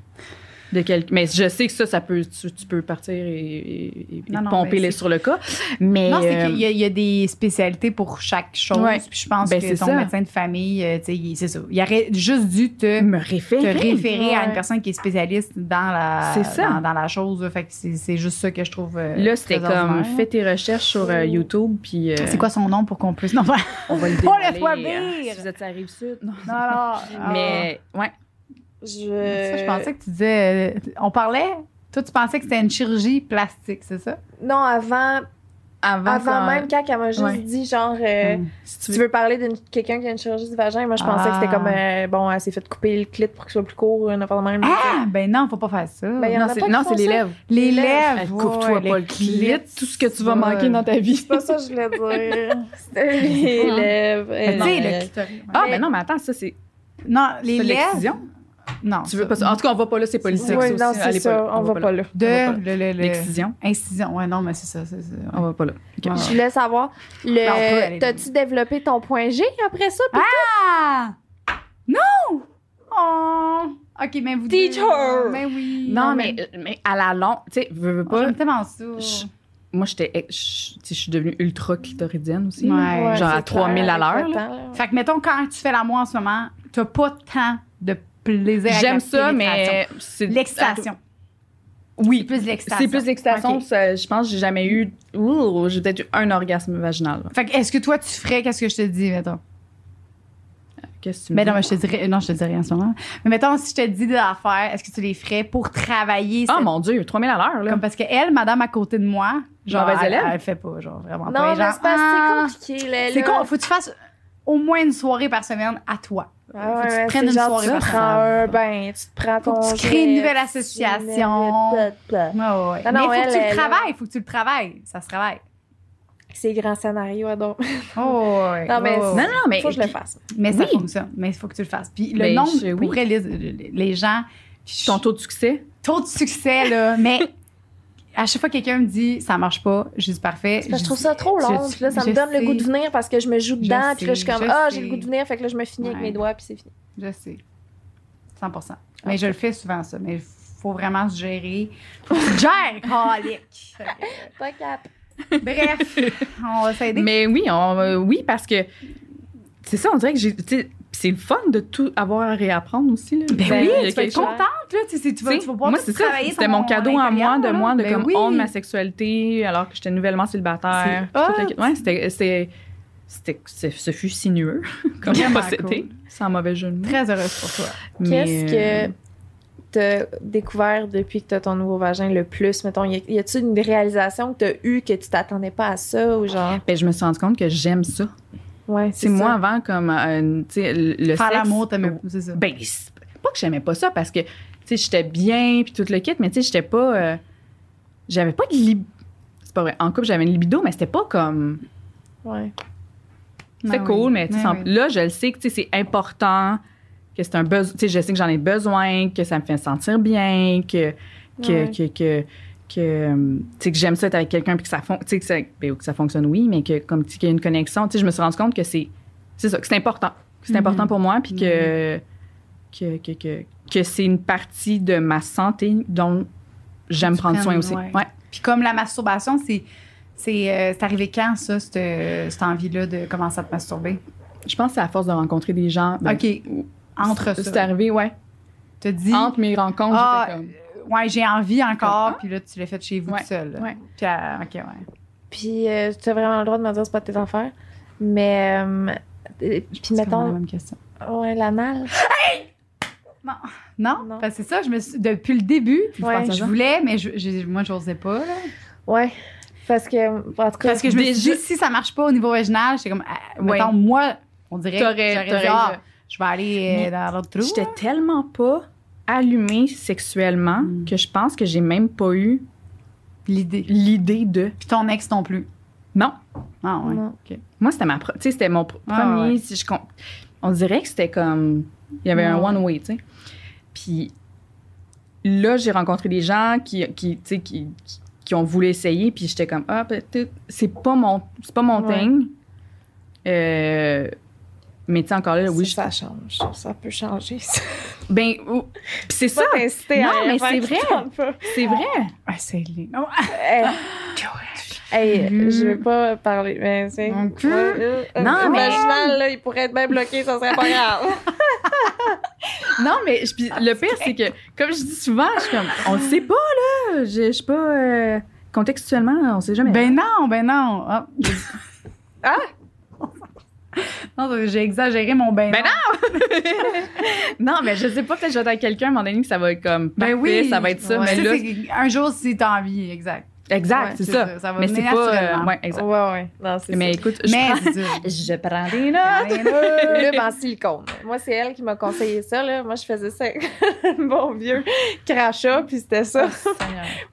[SPEAKER 3] de quelqu'un. Mais je sais que ça, ça peut, tu, tu peux partir et, et- et
[SPEAKER 2] Non, non,
[SPEAKER 3] pomper
[SPEAKER 2] ben,
[SPEAKER 3] les
[SPEAKER 2] c'est-
[SPEAKER 3] sur le cas. Mais
[SPEAKER 2] non, c'est
[SPEAKER 3] euh,
[SPEAKER 2] qu'il y, a- il y a des spécialités pour chaque chose.
[SPEAKER 3] Ouais.
[SPEAKER 2] Puis je pense
[SPEAKER 3] Ben,
[SPEAKER 2] que
[SPEAKER 3] c'est
[SPEAKER 2] ton
[SPEAKER 3] ça.
[SPEAKER 2] médecin de famille, euh, tu sais, il- c'est ça. Il aurait juste dû te.
[SPEAKER 3] euh, me référer.
[SPEAKER 2] te référer à une
[SPEAKER 1] Ouais.
[SPEAKER 2] personne qui est spécialiste dans la,
[SPEAKER 3] C'est ça.
[SPEAKER 2] Dans, dans la chose. là. Fait que c'est c'est juste ça que je trouve. euh,
[SPEAKER 3] Là, c'était
[SPEAKER 2] très
[SPEAKER 3] comme
[SPEAKER 2] ordinaire.
[SPEAKER 3] fais tes recherches sur euh,
[SPEAKER 1] Oh.
[SPEAKER 3] YouTube, puis. euh,
[SPEAKER 2] C'est quoi son nom pour qu'on puisse. Non, [laughs] voilà.
[SPEAKER 3] On va le
[SPEAKER 2] Oh, laisse-moi
[SPEAKER 3] dévoiler. euh,
[SPEAKER 2] dire.
[SPEAKER 3] Si vous êtes à la Rive-Sud. Non.
[SPEAKER 2] non,
[SPEAKER 3] Mais, ouais.
[SPEAKER 1] Je...
[SPEAKER 3] euh,
[SPEAKER 2] Ça, je pensais que tu disais. euh, on parlait. Toi, tu pensais que c'était une chirurgie plastique, c'est ça?
[SPEAKER 1] Non, avant,
[SPEAKER 3] Avant,
[SPEAKER 1] avant
[SPEAKER 3] quand-
[SPEAKER 1] même, quand elle m'a juste
[SPEAKER 3] Ouais.
[SPEAKER 1] dit, genre, euh,
[SPEAKER 2] Hum.
[SPEAKER 3] Si
[SPEAKER 1] tu veux parler d'une quelqu'un qui a une chirurgie du vagin, moi, je pensais que c'était
[SPEAKER 2] Ah.
[SPEAKER 1] comme, euh, bon, elle s'est fait couper le clit pour qu'il soit plus court, une affaire de même.
[SPEAKER 2] Ah, ben non, faut pas faire ça.
[SPEAKER 1] Ben, y en
[SPEAKER 3] Non,
[SPEAKER 1] a
[SPEAKER 3] c'est-
[SPEAKER 1] pas qui
[SPEAKER 3] non,
[SPEAKER 1] font
[SPEAKER 3] c'est les
[SPEAKER 1] ça.
[SPEAKER 3] lèvres.
[SPEAKER 2] les
[SPEAKER 1] les
[SPEAKER 2] lèvres.
[SPEAKER 3] Elle
[SPEAKER 2] ouais,
[SPEAKER 3] Coupe-toi
[SPEAKER 2] les
[SPEAKER 3] pas le clit, tout ce que tu vas manquer dans ta vie.
[SPEAKER 1] C'est pas ça que je voulais
[SPEAKER 2] [laughs]
[SPEAKER 1] dire. C'était les
[SPEAKER 3] pas.
[SPEAKER 1] lèvres.
[SPEAKER 2] Mais
[SPEAKER 1] Euh,
[SPEAKER 2] Tu sais,
[SPEAKER 1] non,
[SPEAKER 2] Ah. le
[SPEAKER 1] euh,
[SPEAKER 2] clitoris, ouais.
[SPEAKER 3] Ah,
[SPEAKER 1] Mais-
[SPEAKER 3] mais non, mais attends, ça, c'est.
[SPEAKER 2] Non, les
[SPEAKER 3] c'est
[SPEAKER 2] lèvres.
[SPEAKER 3] l'excision.
[SPEAKER 2] Non.
[SPEAKER 3] Tu veux pas ça. En tout cas, on va pas là, c'est pas le
[SPEAKER 2] C'est-
[SPEAKER 3] sexe
[SPEAKER 1] ouais,
[SPEAKER 3] aussi. hein.
[SPEAKER 1] non, c'est
[SPEAKER 3] Allez
[SPEAKER 1] ça,
[SPEAKER 3] pas là,
[SPEAKER 1] on va pas là.
[SPEAKER 3] on va
[SPEAKER 2] De.
[SPEAKER 3] pas
[SPEAKER 2] Le, le, le-
[SPEAKER 3] L'excision,
[SPEAKER 2] Incision. Ouais, non, mais c'est ça. c'est ça. Ouais.
[SPEAKER 3] on va pas là. Ok.
[SPEAKER 2] Ouais.
[SPEAKER 1] Je voulais savoir, le-
[SPEAKER 2] Non, Ah. Ben, on peut aller-
[SPEAKER 1] t'as-tu développé ton point G après ça? Puis
[SPEAKER 2] Ah! Non! Oh! Ok, mais vous
[SPEAKER 1] Teacher!
[SPEAKER 2] Mais oui.
[SPEAKER 3] Non, mais, mais à la longue, tu sais, veux, veux
[SPEAKER 2] Oh,
[SPEAKER 3] pas.
[SPEAKER 2] J'aime tellement ça.
[SPEAKER 3] je- moi, j'étais. je- tu sais, Je suis devenue ultra clitoridienne aussi.
[SPEAKER 2] Ouais.
[SPEAKER 1] Ouais,
[SPEAKER 3] Genre à
[SPEAKER 1] c'est
[SPEAKER 3] 3000
[SPEAKER 1] clair,
[SPEAKER 3] à
[SPEAKER 1] avec
[SPEAKER 3] l'heure.
[SPEAKER 1] le
[SPEAKER 3] là.
[SPEAKER 1] temps, là.
[SPEAKER 2] Fait que, mettons, quand tu fais l'amour en ce moment, t'as pas tant de plaisir avec la
[SPEAKER 3] J'aime ça,
[SPEAKER 2] pénétration.
[SPEAKER 3] mais. c'est-
[SPEAKER 2] L'excitation. C'est
[SPEAKER 3] Oui.
[SPEAKER 2] plus l'excitation.
[SPEAKER 3] C'est plus l'excitation.
[SPEAKER 2] Ok.
[SPEAKER 3] ça, Je pense que j'ai jamais eu. Ouh, j'ai peut-être eu un orgasme vaginal. là.
[SPEAKER 2] Fait que, est-ce que toi, tu ferais qu'est-ce que je te dis, mettons?
[SPEAKER 3] Qu'est-ce que tu me
[SPEAKER 2] Mais non,
[SPEAKER 3] dis?
[SPEAKER 2] mais je te dirais, non, je te dis rien en ce moment. Mais mettons, si je te dis des affaires, est-ce que tu les ferais pour travailler?
[SPEAKER 3] Ah
[SPEAKER 2] cette-
[SPEAKER 3] mon Dieu, 3000 à l'heure, là.
[SPEAKER 2] Comme parce que elle, madame à côté de moi, genre,
[SPEAKER 3] Mauvaise
[SPEAKER 2] elle,
[SPEAKER 3] élève?
[SPEAKER 2] elle fait pas, genre, vraiment pas.
[SPEAKER 1] Non,
[SPEAKER 2] Et
[SPEAKER 1] mais
[SPEAKER 2] genre,
[SPEAKER 1] c'est pas
[SPEAKER 2] ah,
[SPEAKER 1] c'est compliqué. là,
[SPEAKER 2] C'est
[SPEAKER 1] là.
[SPEAKER 2] con, faut que tu fasses au moins une soirée par semaine à toi.
[SPEAKER 1] Ah
[SPEAKER 2] faut que tu
[SPEAKER 1] ouais,
[SPEAKER 2] prennes
[SPEAKER 1] c'est
[SPEAKER 2] une
[SPEAKER 1] genre,
[SPEAKER 2] soirée
[SPEAKER 1] tu
[SPEAKER 2] par
[SPEAKER 1] prends
[SPEAKER 2] semaine.
[SPEAKER 1] un bain, tu te prends
[SPEAKER 2] Faut
[SPEAKER 1] ton
[SPEAKER 2] que tu crées une
[SPEAKER 1] jet,
[SPEAKER 2] nouvelle
[SPEAKER 1] tu
[SPEAKER 2] association.
[SPEAKER 1] mets-
[SPEAKER 2] Ouais, ouais, ouais.
[SPEAKER 1] Non, non,
[SPEAKER 2] mais faut que
[SPEAKER 1] elle,
[SPEAKER 2] tu le
[SPEAKER 1] elle,
[SPEAKER 2] travailles, faut que tu le travailles. Ça se travaille.
[SPEAKER 1] C'est grand scénario, ah, donc.
[SPEAKER 2] Oh, ouais,
[SPEAKER 1] Non, mais
[SPEAKER 2] ouais,
[SPEAKER 1] c'est-
[SPEAKER 2] ouais.
[SPEAKER 3] Non, non, non, mais.
[SPEAKER 1] Faut que je le fasse.
[SPEAKER 2] Mais ça
[SPEAKER 3] Oui.
[SPEAKER 2] fonctionne. Mais il faut que tu le fasses. Puis le
[SPEAKER 3] Ben,
[SPEAKER 2] nombre,
[SPEAKER 3] je- oui.
[SPEAKER 2] pour les, les gens,
[SPEAKER 3] Ton taux de succès?
[SPEAKER 1] [laughs]
[SPEAKER 2] taux de succès, là, mais à chaque fois que quelqu'un me dit ça marche pas, je dis parfait.
[SPEAKER 1] C'est parce que Je trouve ça trop long. Puis là, ça me donne le goût de venir parce que je me joue
[SPEAKER 2] Je
[SPEAKER 1] dedans. Puis là, je suis
[SPEAKER 2] sais,
[SPEAKER 1] comme,
[SPEAKER 2] je
[SPEAKER 1] ah,
[SPEAKER 2] sais.
[SPEAKER 1] j'ai le goût de venir. Fait que là, je me finis avec
[SPEAKER 2] Ouais.
[SPEAKER 1] mes doigts. Puis c'est fini.
[SPEAKER 2] Je sais. 100 Mais je le fais souvent, ça. Mais il faut vraiment se gérer. Faut se gérer,
[SPEAKER 3] [laughs]
[SPEAKER 2] calique.
[SPEAKER 1] Pas cap.
[SPEAKER 2] Bref, on va s'aider.
[SPEAKER 3] Mais oui, on, euh, oui, parce que c'est ça, on dirait que j'ai. tu sais, C'est le fun de tout avoir à réapprendre aussi. Là.
[SPEAKER 2] Ben
[SPEAKER 1] Ben
[SPEAKER 2] oui,
[SPEAKER 1] oui,
[SPEAKER 3] il y a
[SPEAKER 2] tu vas
[SPEAKER 3] quelque
[SPEAKER 2] être
[SPEAKER 3] chose.
[SPEAKER 2] contente, là. Tu, sais, tu, vas,
[SPEAKER 3] Tu
[SPEAKER 2] tu
[SPEAKER 3] sais,
[SPEAKER 2] vas pouvoir
[SPEAKER 3] moi,
[SPEAKER 2] tout
[SPEAKER 3] c'est ça.
[SPEAKER 2] travailler
[SPEAKER 3] C'était
[SPEAKER 2] ton-
[SPEAKER 3] mon cadeau à moi,
[SPEAKER 2] l'intérieur,
[SPEAKER 3] de
[SPEAKER 2] là.
[SPEAKER 3] moi, de
[SPEAKER 2] Ben
[SPEAKER 3] comme
[SPEAKER 2] oui.
[SPEAKER 3] honte ma sexualité, alors que j'étais nouvellement célibataire.
[SPEAKER 2] C'est
[SPEAKER 3] puis tout le
[SPEAKER 2] hot.
[SPEAKER 3] kit. Ouais, c'était- c'était- c'était- c'est- ce fut sinueux [laughs] comme
[SPEAKER 2] Vraiment
[SPEAKER 3] procédé,
[SPEAKER 2] cool.
[SPEAKER 3] sans mauvais jeu de mots.
[SPEAKER 2] Très heureuse pour toi.
[SPEAKER 1] Qu'est-ce
[SPEAKER 3] Mais, euh,
[SPEAKER 1] que t'as découvert depuis que t'as ton nouveau vagin le plus? Mettons, y a- y a-tu une réalisation que t'as eue que tu t'attendais pas à ça ou genre?
[SPEAKER 3] ben, je me suis rendu compte que j'aime ça.
[SPEAKER 1] Ouais,
[SPEAKER 3] C'est
[SPEAKER 1] ça.
[SPEAKER 3] moi avant comme euh, tu sais, le le
[SPEAKER 2] Faire
[SPEAKER 3] sexe-
[SPEAKER 2] l'amour, t'aimes C'est ça.
[SPEAKER 3] ben c'est pas que j'aimais pas ça parce que tu sais j'étais bien puis tout le kit mais tu sais j'étais pas euh, j'avais pas de libido c'est pas vrai en couple j'avais une libido mais c'était pas comme
[SPEAKER 1] Ouais.
[SPEAKER 3] c'était
[SPEAKER 2] Ben
[SPEAKER 3] cool
[SPEAKER 2] oui.
[SPEAKER 3] mais tu sais,
[SPEAKER 2] Ben
[SPEAKER 3] sans-
[SPEAKER 2] oui.
[SPEAKER 3] là je le sais que tu sais c'est important que c'est un besoin tu sais je sais que j'en ai besoin que ça me fait sentir bien que que
[SPEAKER 1] Ouais.
[SPEAKER 3] que, que que, euh, tu sais, que j'aime ça être avec quelqu'un puis que ça fon- tu sais, que ça, ben, que ça fonctionne oui mais que comme tu sais, qu'il y a une connexion tu sais je me suis rendu compte que c'est c'est ça que c'est important que c'est
[SPEAKER 2] Mhm.
[SPEAKER 3] important pour moi puis que, que que que que c'est une partie de ma santé dont j'aime
[SPEAKER 2] Tu
[SPEAKER 3] prendre soin
[SPEAKER 2] prennes,
[SPEAKER 3] aussi
[SPEAKER 2] ouais.
[SPEAKER 3] ouais
[SPEAKER 2] Puis comme la masturbation, c'est. C'est euh, c'est arrivé quand, ça, cette, euh, cette envie-là de commencer à te masturber?
[SPEAKER 3] je pense que c'est à force de rencontrer des gens ben,
[SPEAKER 2] OK. Entre
[SPEAKER 3] c'est
[SPEAKER 2] ça.
[SPEAKER 3] arrivé ouais
[SPEAKER 2] Tu dit.
[SPEAKER 3] entre mes rencontres
[SPEAKER 2] Ah,
[SPEAKER 3] j'étais comme
[SPEAKER 2] Ouais, j'ai envie encore,
[SPEAKER 3] Comme, ah.
[SPEAKER 2] puis là, tu l'as fait chez vous
[SPEAKER 3] Ouais,
[SPEAKER 2] tout seul. là.
[SPEAKER 3] ouais.
[SPEAKER 2] Puis, euh, OK, ouais.
[SPEAKER 1] Puis euh, t'as vraiment le droit de me dire c'est pas de tes affaires. Mais. euh, euh, puis
[SPEAKER 2] C'est vraiment la
[SPEAKER 1] mettons,
[SPEAKER 2] même question.
[SPEAKER 1] ouais, l'anal.
[SPEAKER 2] Non,
[SPEAKER 1] Non.
[SPEAKER 2] parce que c'est ça, je me suis, depuis le début,
[SPEAKER 3] tu
[SPEAKER 1] Ouais.
[SPEAKER 3] penses à
[SPEAKER 2] je
[SPEAKER 3] ça?
[SPEAKER 2] voulais, mais je, je- moi, j'osais pas. là.
[SPEAKER 1] Ouais. Parce que, en tout cas,
[SPEAKER 2] Parce que je me suis
[SPEAKER 3] Déjà-
[SPEAKER 2] dit, si ça marche pas au niveau vaginal, c'est comme, ah,
[SPEAKER 3] Ouais.
[SPEAKER 2] mettons, moi, on dirait que
[SPEAKER 3] T'aurais-
[SPEAKER 2] j'aurais dit,
[SPEAKER 3] t'aurais-
[SPEAKER 2] ah, je vais aller euh,
[SPEAKER 3] Mais
[SPEAKER 2] dans l'autre trou.
[SPEAKER 3] J'étais tellement pas allumée sexuellement
[SPEAKER 2] Mm.
[SPEAKER 3] que je pense que j'ai même pas eu
[SPEAKER 2] L'idée.
[SPEAKER 3] l'idée de.
[SPEAKER 2] Puis ton ex non plus.
[SPEAKER 3] Non.
[SPEAKER 2] Ah, ouais.
[SPEAKER 1] non.
[SPEAKER 3] Moi, c'était ma. pro- Tu sais, c'était mon pr-
[SPEAKER 2] Ah,
[SPEAKER 3] premier.
[SPEAKER 2] ouais.
[SPEAKER 3] si je com- on dirait que c'était comme. Il y avait un
[SPEAKER 2] Ouais.
[SPEAKER 3] one-way, tu sais. Puis là, j'ai rencontré des gens qui, qui tu sais, qui, qui- qui ont voulu essayer, puis j'étais comme, ah, peut-être, c'est pas mon, c'est pas mon
[SPEAKER 1] Ouais.
[SPEAKER 3] thing. Euh, mais tu sais, encore là, oui, je-
[SPEAKER 1] ça, ça change. Ça peut changer. [laughs] ça.
[SPEAKER 3] Ben, ou- puis c'est ça,
[SPEAKER 1] Pas t'inciter
[SPEAKER 3] Non, mais
[SPEAKER 1] rien faire
[SPEAKER 3] c'est
[SPEAKER 1] qui
[SPEAKER 3] vrai.
[SPEAKER 1] te tente pas.
[SPEAKER 3] c'est vrai.
[SPEAKER 2] Ah, c'est les- Oh,
[SPEAKER 1] Hey, Eh. hey,
[SPEAKER 2] Mhm.
[SPEAKER 1] je veux pas parler. Mais c'est.
[SPEAKER 2] Mon cul.
[SPEAKER 3] Non,
[SPEAKER 1] non,
[SPEAKER 3] mais-
[SPEAKER 1] mais. là, il pourrait être bien bloqué, ça serait pas grave.
[SPEAKER 3] Non, mais je- puis le pire, c'est que, comme je dis souvent, je suis comme, on le sait pas, là. Je je sais pas. euh, contextuellement, on sait jamais.
[SPEAKER 2] Ben non, ben non.
[SPEAKER 3] [laughs]
[SPEAKER 2] Ah.
[SPEAKER 3] Ah!
[SPEAKER 2] [laughs] Non, j'ai exagéré mon ben,
[SPEAKER 3] Ben
[SPEAKER 2] non.
[SPEAKER 3] non, mais je sais pas, peut-être que je vais être avec quelqu'un à un moment donné que ça va être comme.
[SPEAKER 2] Ben
[SPEAKER 3] parfait,
[SPEAKER 2] oui.
[SPEAKER 3] Ça va être ça.
[SPEAKER 2] Ouais.
[SPEAKER 3] Mais
[SPEAKER 2] Ça,
[SPEAKER 3] là,
[SPEAKER 2] c'est un jour, si t'as envie, exact.
[SPEAKER 3] exact,
[SPEAKER 2] Ouais,
[SPEAKER 3] c'est ça.
[SPEAKER 2] va
[SPEAKER 3] Mais c'est
[SPEAKER 2] venir
[SPEAKER 3] pas. euh,
[SPEAKER 2] naturellement.
[SPEAKER 3] ouais, exact.
[SPEAKER 1] [laughs] ouais, ouais. Non, Oh, c'est
[SPEAKER 3] Mais
[SPEAKER 1] ça.
[SPEAKER 3] écoute, je
[SPEAKER 2] [laughs] Mais
[SPEAKER 3] prends-
[SPEAKER 2] c'est
[SPEAKER 3] [laughs]
[SPEAKER 2] Ben dur.
[SPEAKER 3] je prends
[SPEAKER 1] [laughs]
[SPEAKER 3] des
[SPEAKER 1] Lube en silicone. Moi, c'est elle qui m'a conseillé ça. Là. Moi, je faisais ça avec [laughs] un bon vieux crachat, puis c'était ça.
[SPEAKER 3] notes.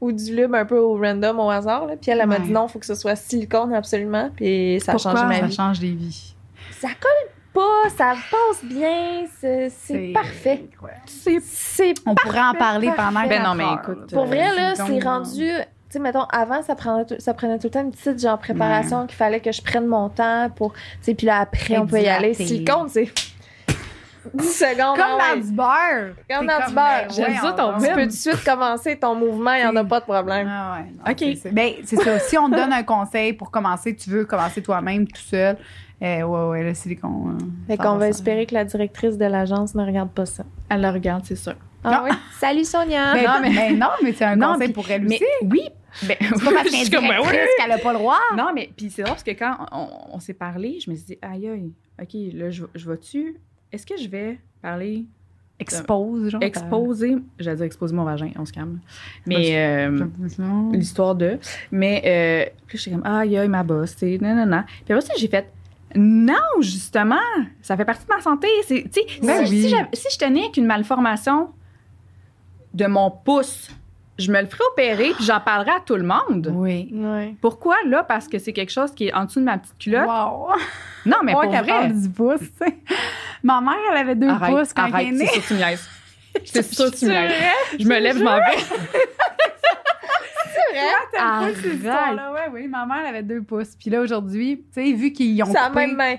[SPEAKER 1] Ou du lube un peu au random, au hasard. Là. Puis elle, elle m'a
[SPEAKER 2] Ouais.
[SPEAKER 1] dit non, il faut que ce soit silicone absolument. Puis ça a
[SPEAKER 2] Pourquoi
[SPEAKER 1] changé ma
[SPEAKER 2] ça
[SPEAKER 1] vie.
[SPEAKER 2] change des vies?
[SPEAKER 1] Ça colle pas, ça passe bien, c'est c'est
[SPEAKER 2] C'est-
[SPEAKER 1] parfait.
[SPEAKER 2] Ouais.
[SPEAKER 1] C'est c'est
[SPEAKER 2] On pourrait en parler
[SPEAKER 1] parfait.
[SPEAKER 2] pendant
[SPEAKER 3] Ben non,
[SPEAKER 2] quatre
[SPEAKER 3] mais
[SPEAKER 2] heures,
[SPEAKER 3] écoute,
[SPEAKER 1] Pour
[SPEAKER 3] Euh,
[SPEAKER 1] vrai, là,
[SPEAKER 2] donc,
[SPEAKER 1] c'est
[SPEAKER 2] euh,
[SPEAKER 1] rendu. Tu sais, mettons, avant, ça prenait, tout, ça prenait tout le temps une petite genre préparation qu'il fallait que je prenne mon temps pour. Tu sais, puis là, après, on peut y aller.
[SPEAKER 2] Dilater.
[SPEAKER 1] Silicone, c'est. [laughs] 10 secondes.
[SPEAKER 2] Comme
[SPEAKER 1] ah
[SPEAKER 2] dans
[SPEAKER 1] ouais.
[SPEAKER 2] du beurre.
[SPEAKER 1] Comme
[SPEAKER 2] C'est
[SPEAKER 1] dans du beurre.
[SPEAKER 2] ben,
[SPEAKER 1] J'aime
[SPEAKER 2] ouais,
[SPEAKER 3] ça, ton
[SPEAKER 2] on-
[SPEAKER 1] Tu
[SPEAKER 3] même.
[SPEAKER 1] peux tout de suite commencer ton mouvement, il n'y en a pas de problème.
[SPEAKER 2] Ah ouais, non,
[SPEAKER 3] Ok.
[SPEAKER 2] c'est ça. Ben, c'est ça. Si on te donne un conseil pour commencer, tu veux commencer toi-même tout seul. Euh, ouais, ouais, le silicone. euh,
[SPEAKER 1] Fait
[SPEAKER 2] ça
[SPEAKER 1] qu'on
[SPEAKER 2] va,
[SPEAKER 1] va
[SPEAKER 2] ça.
[SPEAKER 1] espérer que la directrice de l'agence ne regarde pas ça.
[SPEAKER 3] Elle le regarde, c'est sûr.
[SPEAKER 1] Ah
[SPEAKER 2] [laughs]
[SPEAKER 1] oui? Salut Sonia!
[SPEAKER 2] Ben, non, mais, ben non, mais c'est un
[SPEAKER 3] Non,
[SPEAKER 2] conseil
[SPEAKER 3] puis-
[SPEAKER 2] pour elle
[SPEAKER 3] Mais
[SPEAKER 2] aussi.
[SPEAKER 3] oui. Ben,
[SPEAKER 2] [laughs] C'est pas parce
[SPEAKER 3] je
[SPEAKER 2] qu'elle
[SPEAKER 3] suis
[SPEAKER 2] est
[SPEAKER 3] comme, ben oui.
[SPEAKER 2] directrice qu'elle a pas le droit.
[SPEAKER 3] Non, mais puis c'est drôle parce que quand on, on- on s'est parlé, je me suis dit, aïe, aïe, OK, là, je, je vais-tu. Est-ce que je vais parler,
[SPEAKER 2] Expose, genre.
[SPEAKER 3] exposer. J'allais dire exposer mon vagin, on se calme.
[SPEAKER 2] Vas-y.
[SPEAKER 3] Mais. euh,
[SPEAKER 2] t'as-
[SPEAKER 3] l'histoire de. Mais euh, puis j'étais comme, aïe, aïe, ma bosse, tu sais, non, non, non. Puis après ça, j'ai fait, non, justement, ça fait partie de ma santé. c'est- Tu sais,
[SPEAKER 2] Ben
[SPEAKER 3] si,
[SPEAKER 2] oui.
[SPEAKER 3] si j'avais- si je tenais avec une malformation de mon pouce, je me le ferais opérer puis j'en parlerais à tout le monde.
[SPEAKER 2] Oui.
[SPEAKER 1] Ouais.
[SPEAKER 3] Pourquoi là? Parce que c'est quelque chose qui est en dessous de ma petite culotte.
[SPEAKER 2] Wow.
[SPEAKER 3] Non, mais
[SPEAKER 2] Ouais,
[SPEAKER 3] pour
[SPEAKER 2] qu'elle
[SPEAKER 3] vrai.
[SPEAKER 2] parle du pouce, [laughs] tu sais. Ma mère, elle avait deux
[SPEAKER 3] Arrête,
[SPEAKER 2] pouces quand
[SPEAKER 3] arrête,
[SPEAKER 2] elle
[SPEAKER 3] c'est sûr
[SPEAKER 2] est née.
[SPEAKER 3] que tu me
[SPEAKER 2] [laughs]
[SPEAKER 3] niaises. C'est sûr que tu me
[SPEAKER 1] C'est
[SPEAKER 3] niaises.
[SPEAKER 1] vrai?
[SPEAKER 3] Je me lève, je m'en vais.
[SPEAKER 1] C'est vrai?
[SPEAKER 2] T'as cette histoire-là? Ouais, oui, ma mère elle avait deux pouces. Puis là, aujourd'hui, tu sais, vu qu'ils ont
[SPEAKER 1] C'est la
[SPEAKER 2] coupé [laughs]
[SPEAKER 1] même main.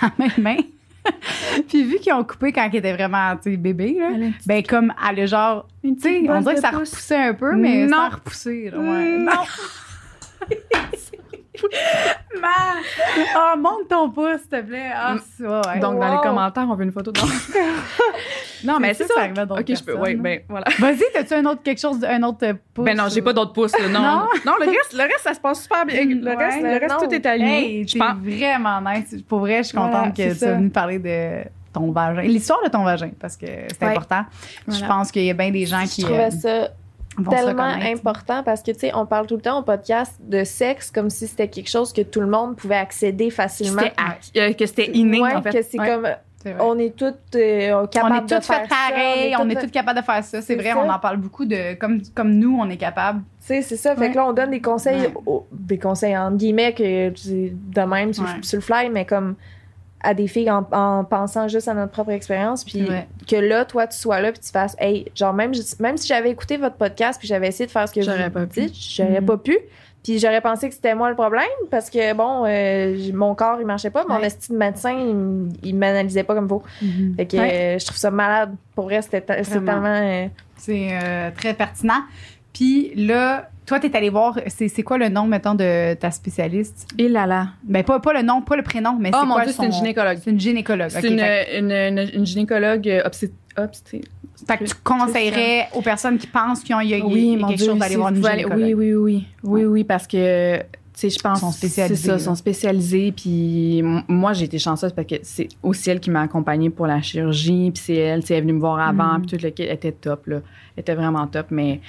[SPEAKER 2] sa même main, [laughs] puis vu qu'ils ont coupé quand ils étaient vraiment, tu sais, bébé, là, ben comme, elle a genre, tu sais,
[SPEAKER 3] bosse
[SPEAKER 2] on dirait que
[SPEAKER 3] de
[SPEAKER 2] ça
[SPEAKER 3] pouce.
[SPEAKER 2] repoussait un peu,
[SPEAKER 3] Non.
[SPEAKER 2] mais
[SPEAKER 3] Mm.
[SPEAKER 2] sans repousser, là,
[SPEAKER 3] [laughs]
[SPEAKER 2] ouais.
[SPEAKER 3] Non.
[SPEAKER 2] Ma- Ah, monte ton pouce, s'il te plaît. Ah,
[SPEAKER 3] Mm.
[SPEAKER 2] c'est- ouais, ouais.
[SPEAKER 3] Donc, dans
[SPEAKER 1] Wow.
[SPEAKER 3] les commentaires, on veut une photo de Non, mais c'est ça.
[SPEAKER 2] arrive à
[SPEAKER 3] [laughs]
[SPEAKER 2] d'autres
[SPEAKER 3] Ok, je peux.
[SPEAKER 2] personnes,
[SPEAKER 3] Oui,
[SPEAKER 2] là.
[SPEAKER 3] ben voilà.
[SPEAKER 2] Vas-y, t'as-tu un autre quelque chose, un autre euh, pouce?
[SPEAKER 3] Ben non, j'ai pas d'autres pouces. là, Non.
[SPEAKER 2] Non?
[SPEAKER 3] non, le reste, le reste, ça se passe super bien. Le
[SPEAKER 2] Ouais,
[SPEAKER 3] reste, le reste,
[SPEAKER 1] non.
[SPEAKER 3] tout est aligné.
[SPEAKER 2] Hey,
[SPEAKER 3] je
[SPEAKER 2] t'es
[SPEAKER 3] pense.
[SPEAKER 2] vraiment nice. Pour vrai, je suis contente
[SPEAKER 3] Voilà,
[SPEAKER 2] que
[SPEAKER 3] c'est
[SPEAKER 2] tu sois
[SPEAKER 3] ça.
[SPEAKER 2] venue parler de ton vagin. L'histoire de ton vagin, parce que c'est
[SPEAKER 1] Ouais.
[SPEAKER 2] important. Je
[SPEAKER 3] Voilà.
[SPEAKER 2] pense qu'il y a bien des gens
[SPEAKER 1] Je
[SPEAKER 2] qui euh,
[SPEAKER 1] trouvais ça
[SPEAKER 2] vont se
[SPEAKER 1] tellement
[SPEAKER 2] reconnaître.
[SPEAKER 1] important parce que, tu sais, on parle tout le temps au podcast de sexe comme si c'était quelque chose que tout le monde pouvait accéder facilement.
[SPEAKER 3] C'était à- euh, que c'était inné,
[SPEAKER 1] Ouais,
[SPEAKER 3] en fait.
[SPEAKER 1] que c'est
[SPEAKER 3] Ouais.
[SPEAKER 1] comme
[SPEAKER 2] C'est vrai.
[SPEAKER 1] on est toutes euh,
[SPEAKER 2] On est
[SPEAKER 1] capables de
[SPEAKER 2] toutes
[SPEAKER 1] faire
[SPEAKER 2] faites pareil,
[SPEAKER 1] ça,
[SPEAKER 2] on est
[SPEAKER 1] toutes-
[SPEAKER 2] toutes capables de faire ça. C'est
[SPEAKER 1] C'est
[SPEAKER 2] vrai,
[SPEAKER 1] ça.
[SPEAKER 2] on en parle beaucoup de comme, comme nous, on est capable.
[SPEAKER 1] Tu sais, c'est ça. Fait
[SPEAKER 2] Ouais.
[SPEAKER 1] que là, on donne des conseils,
[SPEAKER 2] Ouais.
[SPEAKER 1] aux- des conseils en guillemets, que c'est de même sur,
[SPEAKER 2] Ouais.
[SPEAKER 1] sur le fly, mais comme à des filles en, en pensant juste à notre propre expérience. Puis
[SPEAKER 2] Ouais.
[SPEAKER 1] que là, toi, tu sois là, puis tu fasses, hey, genre, même, même si j'avais écouté votre podcast, puis j'avais essayé de faire ce que
[SPEAKER 3] J'aurais
[SPEAKER 1] vous
[SPEAKER 3] pas pu.
[SPEAKER 1] dites, j'aurais
[SPEAKER 2] Mhm.
[SPEAKER 1] pas pu. Puis j'aurais pensé que c'était moi le problème, parce que bon, euh, j- mon corps, il marchait pas, mon
[SPEAKER 2] Ouais.
[SPEAKER 1] estime de médecin, il, m- il m'analysait pas comme vous. Fait que
[SPEAKER 2] Ouais.
[SPEAKER 1] euh, je trouve ça malade. Pour vrai, c'était ta- c'est
[SPEAKER 2] Vraiment.
[SPEAKER 1] tellement. euh,
[SPEAKER 2] C'est euh, très pertinent. Puis là, toi, t'es allé voir, c'est c'est quoi le nom, mettons, de ta spécialiste?
[SPEAKER 3] Et là là.
[SPEAKER 2] Ben, pas, pas le nom, pas le prénom, mais
[SPEAKER 3] Oh
[SPEAKER 2] c'est
[SPEAKER 3] mon
[SPEAKER 2] quoi
[SPEAKER 3] Dieu, c'est
[SPEAKER 2] son-
[SPEAKER 3] une gynécologue.
[SPEAKER 2] C'est une gynécologue.
[SPEAKER 3] C'est
[SPEAKER 2] ok,
[SPEAKER 3] une,
[SPEAKER 2] fait
[SPEAKER 3] une, une- une gynécologue euh, obsté- obsté-
[SPEAKER 2] que- fait que tu conseillerais aux personnes qui pensent qu'ils ont il y a, il y a quelque chose d'aller
[SPEAKER 3] si
[SPEAKER 2] voir une
[SPEAKER 3] vous allez-
[SPEAKER 2] gynécologue.
[SPEAKER 3] Oui, oui, oui. Oui,
[SPEAKER 2] Ouais.
[SPEAKER 3] oui, parce que, tu sais, je pense.
[SPEAKER 2] Ils sont spécialisés,
[SPEAKER 3] C'est ça,
[SPEAKER 2] là.
[SPEAKER 3] ils sont spécialisés. Puis m- moi, j'ai été chanceuse parce que c'est aussi elle qui m'a accompagnée pour la chirurgie. Puis c'est elle, tu sais, elle est venue me voir avant.
[SPEAKER 2] Mhm.
[SPEAKER 3] Puis tout le kit elle était top, là. Elle était vraiment top. Mais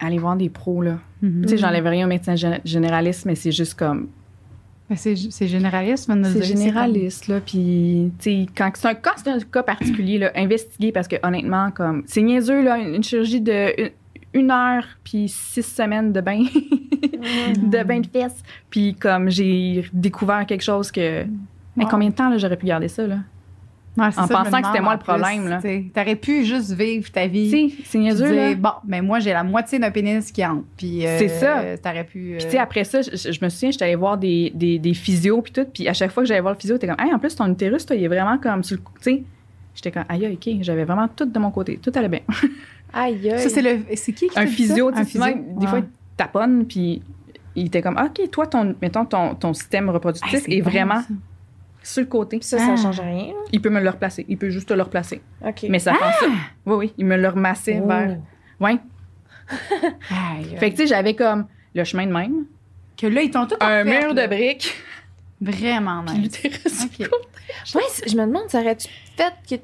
[SPEAKER 3] allez voir des pros, là.
[SPEAKER 2] Mhm.
[SPEAKER 3] Tu sais, j'enlève rien au médecin gé- généraliste, mais c'est juste comme.
[SPEAKER 2] Mais C'est c'est généraliste, mais nous
[SPEAKER 3] C'est
[SPEAKER 2] dire,
[SPEAKER 3] généraliste, là. Puis, tu sais, quand c'est un, quand c'est un cas particulier, là, investiguer, parce que honnêtement, comme, c'est niaiseux, là, une, une chirurgie de une, une heure, puis six semaines de bain, [laughs] de bain de fesses. Puis, comme, j'ai découvert quelque chose que. Mais
[SPEAKER 2] Wow.
[SPEAKER 3] combien de temps, là, j'aurais pu garder ça, là?
[SPEAKER 2] comme- Ouais, c'est
[SPEAKER 3] En
[SPEAKER 2] ça, je me
[SPEAKER 3] pensant que c'était
[SPEAKER 2] demande,
[SPEAKER 3] moi
[SPEAKER 2] en
[SPEAKER 3] le problème,
[SPEAKER 2] plus,
[SPEAKER 3] là.
[SPEAKER 2] tu sais, T'aurais pu juste vivre ta vie.
[SPEAKER 3] Tu sais, c'est
[SPEAKER 2] puis
[SPEAKER 3] niaiseux, là.
[SPEAKER 2] dire, bon, mais moi, j'ai la moitié d'un pénis qui entre. Puis, euh,
[SPEAKER 3] C'est ça.
[SPEAKER 2] T'aurais pu.
[SPEAKER 3] Puis,
[SPEAKER 2] euh,
[SPEAKER 3] tu sais, après ça, je, je me souviens, j'étais allée voir des, des, des physios, puis tout. Puis, à chaque fois que j'allais voir le physio, t'es comme, hey, en plus, ton utérus, toi, il est vraiment comme, sur le cou- tu sais. J'étais comme, aïe, aïe, ok, j'avais vraiment tout de mon côté. Tout allait bien.
[SPEAKER 1] Aïe, aïe.
[SPEAKER 2] ça, c'est le. [laughs] C'est qui qui
[SPEAKER 3] un
[SPEAKER 2] te dit ça?
[SPEAKER 3] physio, tu
[SPEAKER 2] Un
[SPEAKER 3] sais, souvent,
[SPEAKER 2] physio,
[SPEAKER 3] des fois,
[SPEAKER 2] ouais.
[SPEAKER 3] il taponne, puis il était comme, Ah, OK, toi, ton, mettons, ton, ton système reproductif
[SPEAKER 2] Hey, c'est
[SPEAKER 3] est
[SPEAKER 2] bon,
[SPEAKER 3] vraiment
[SPEAKER 2] ça.
[SPEAKER 3] sur le côté.
[SPEAKER 1] Puis ça, ça
[SPEAKER 2] Ah.
[SPEAKER 1] change rien.
[SPEAKER 3] Il peut me le replacer. Il peut juste te le replacer.
[SPEAKER 1] OK. Oh.
[SPEAKER 3] Mais ça fait
[SPEAKER 2] Ah!
[SPEAKER 3] ça. Oui, oui, il me le
[SPEAKER 2] Oh.
[SPEAKER 3] remassait vers. Oui.
[SPEAKER 2] Aïe,
[SPEAKER 3] Fait que, tu sais, j'avais comme le chemin de même,
[SPEAKER 2] que là, ils t'ont tout
[SPEAKER 3] un
[SPEAKER 2] offert,
[SPEAKER 3] mur de
[SPEAKER 2] là.
[SPEAKER 3] briques,
[SPEAKER 2] Vraiment
[SPEAKER 3] puis
[SPEAKER 2] nice.
[SPEAKER 3] l'utérus.
[SPEAKER 2] Ok.
[SPEAKER 1] Ouais, c- je me demande, ça aurait-tu fait que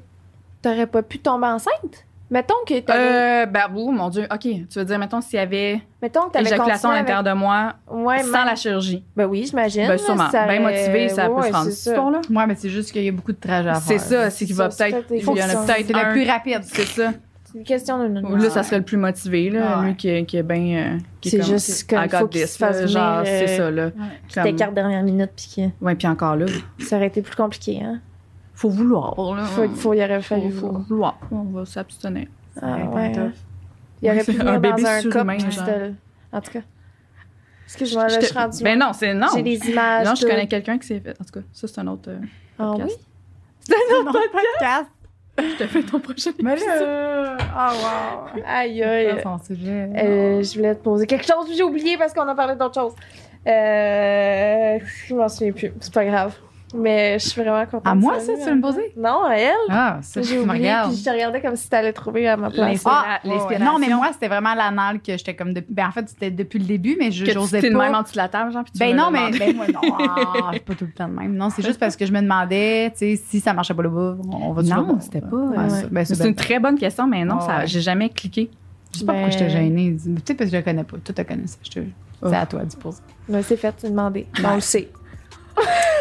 [SPEAKER 1] t'aurais pas pu tomber enceinte? Mettons que t'avais,
[SPEAKER 3] Euh, ben, ouh, mon Dieu. OK, tu veux dire, mettons, s'il y avait
[SPEAKER 1] mettons que t'avais
[SPEAKER 3] éjaculation à
[SPEAKER 1] continué
[SPEAKER 3] l'intérieur
[SPEAKER 1] avec...
[SPEAKER 3] de moi
[SPEAKER 1] Ouais,
[SPEAKER 3] sans
[SPEAKER 1] même-
[SPEAKER 3] la chirurgie,
[SPEAKER 1] Ben oui, j'imagine.
[SPEAKER 3] ben,
[SPEAKER 1] là,
[SPEAKER 3] sûrement,
[SPEAKER 1] ça
[SPEAKER 3] bien
[SPEAKER 1] aurait-
[SPEAKER 3] motivé, ça peut
[SPEAKER 1] ouais,
[SPEAKER 3] se rendre.
[SPEAKER 1] c'est
[SPEAKER 3] Cette
[SPEAKER 1] ça.
[SPEAKER 3] histoire-là?
[SPEAKER 2] Ouais, mais c'est juste qu'il y a beaucoup de trajets à
[SPEAKER 3] C'est
[SPEAKER 2] faire.
[SPEAKER 3] ça, c'est qu'il va
[SPEAKER 1] Ça, c'est
[SPEAKER 3] peut-être.
[SPEAKER 1] peut-être-
[SPEAKER 3] Il y en
[SPEAKER 1] faut que
[SPEAKER 3] a
[SPEAKER 1] ça-
[SPEAKER 3] peut-être
[SPEAKER 2] C'est le
[SPEAKER 3] un-
[SPEAKER 2] plus rapide.
[SPEAKER 3] C'est ça.
[SPEAKER 1] C'est une question d'une
[SPEAKER 3] Ou Là, ça serait le plus motivé, là,
[SPEAKER 2] Ouais.
[SPEAKER 3] lui qui, est- ben, euh, qui est bien.
[SPEAKER 1] C'est juste comme, faut qu'il se fasse
[SPEAKER 3] Genre,
[SPEAKER 1] venir,
[SPEAKER 3] c'est
[SPEAKER 1] euh,
[SPEAKER 3] ça, là.
[SPEAKER 1] Qui t'écarte dernière minute, puis
[SPEAKER 3] Ouais, puis encore là,
[SPEAKER 1] que ça aurait été plus compliqué, hein?
[SPEAKER 3] faut vouloir. là.
[SPEAKER 1] Faut, faut y aurait fallu.
[SPEAKER 3] Ah, faut
[SPEAKER 1] voir.
[SPEAKER 3] vouloir. On va s'abstenir.
[SPEAKER 1] Ah,
[SPEAKER 2] Ouais,
[SPEAKER 1] ouais.
[SPEAKER 2] tough.
[SPEAKER 1] Il aurait
[SPEAKER 3] Ouais,
[SPEAKER 1] pu
[SPEAKER 3] c'est
[SPEAKER 1] venir
[SPEAKER 3] un bébé
[SPEAKER 1] dans un
[SPEAKER 3] surhumain,
[SPEAKER 1] couple, puis
[SPEAKER 3] genre.
[SPEAKER 1] c'était le- En tout cas. Excuse-moi, là,
[SPEAKER 3] Je
[SPEAKER 1] je
[SPEAKER 3] te-
[SPEAKER 1] suis rendue.
[SPEAKER 3] Ben non, c'est non.
[SPEAKER 1] J'ai des images.
[SPEAKER 3] Non, je
[SPEAKER 1] tout.
[SPEAKER 3] connais quelqu'un qui s'est fait. En tout cas, ça, c'est un autre euh,
[SPEAKER 1] Ah oui?
[SPEAKER 3] podcast.
[SPEAKER 2] C'est un autre podcast.
[SPEAKER 3] Je te fais ton prochain
[SPEAKER 2] Mais
[SPEAKER 3] épisode. euh,
[SPEAKER 2] là, oh wow.
[SPEAKER 1] Aïe, aïe.
[SPEAKER 2] Son sujet.
[SPEAKER 1] Euh, je voulais te poser quelque chose, puis j'ai oublié parce qu'on a parlé d'autre chose. Euh, je m'en souviens plus, c'est pas grave. Mais je suis vraiment contente.
[SPEAKER 2] à Ah, moi,
[SPEAKER 1] de
[SPEAKER 2] ça,
[SPEAKER 1] savoir.
[SPEAKER 2] tu veux me poser?
[SPEAKER 1] Non, à elle.
[SPEAKER 2] Ah, ça,
[SPEAKER 1] J'ai
[SPEAKER 2] tu me
[SPEAKER 1] oublié,
[SPEAKER 2] regardes.
[SPEAKER 1] puis je te regardais comme si t'allais trouver à ma place.
[SPEAKER 3] L'inspiration.
[SPEAKER 2] Ah,
[SPEAKER 3] la-
[SPEAKER 2] ouais, ouais.
[SPEAKER 3] l'inspiration.
[SPEAKER 2] Non, mais moi, c'était vraiment l'anal que j'étais comme. Depuis, ben, en fait, c'était depuis le début, mais je
[SPEAKER 3] Que tu
[SPEAKER 2] j'osais
[SPEAKER 3] t'es
[SPEAKER 2] pas.
[SPEAKER 3] de même en dessous de la table, genre, puis tu
[SPEAKER 2] ben
[SPEAKER 3] me
[SPEAKER 2] non,
[SPEAKER 3] le
[SPEAKER 2] mais
[SPEAKER 3] demandes.
[SPEAKER 2] ben, moi, non, ah, je suis pas tout le temps de même. Non, c'est juste parce que je me demandais, tu sais, si ça marchait pas le bout, on va
[SPEAKER 3] Non, c'était pas,
[SPEAKER 1] euh,
[SPEAKER 2] ça, ben,
[SPEAKER 3] [laughs] C'est une très bonne question, mais non,
[SPEAKER 2] Ah,
[SPEAKER 3] ça-
[SPEAKER 2] ouais.
[SPEAKER 3] j'ai jamais cliqué.
[SPEAKER 2] Je sais pas pourquoi
[SPEAKER 1] Ben-
[SPEAKER 2] j'étais gênée. Dis- mais Peut-être parce que je le connais pas. Toi, tu connais ça. Je te...
[SPEAKER 3] Oh.
[SPEAKER 2] C'est à toi du poser.
[SPEAKER 1] Mais c'est fait, c'est demandé. On le sait.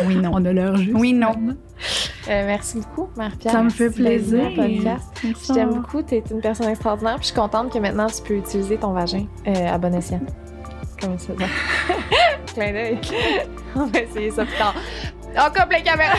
[SPEAKER 2] Oui, non.
[SPEAKER 3] a l'heure juste.
[SPEAKER 2] Oui, non.
[SPEAKER 1] Euh, merci beaucoup, Marie-Pierre.
[SPEAKER 3] Ça me fait
[SPEAKER 1] Merci d'être venue à
[SPEAKER 3] plaisir.
[SPEAKER 1] le podcast. Je t'aime beaucoup, t'es une personne extraordinaire. Puis je suis contente que maintenant tu peux utiliser ton vagin euh, à bon escient. Comme ça. [laughs] Clin d'œil. On va essayer ça plus tard. On coupe les caméras.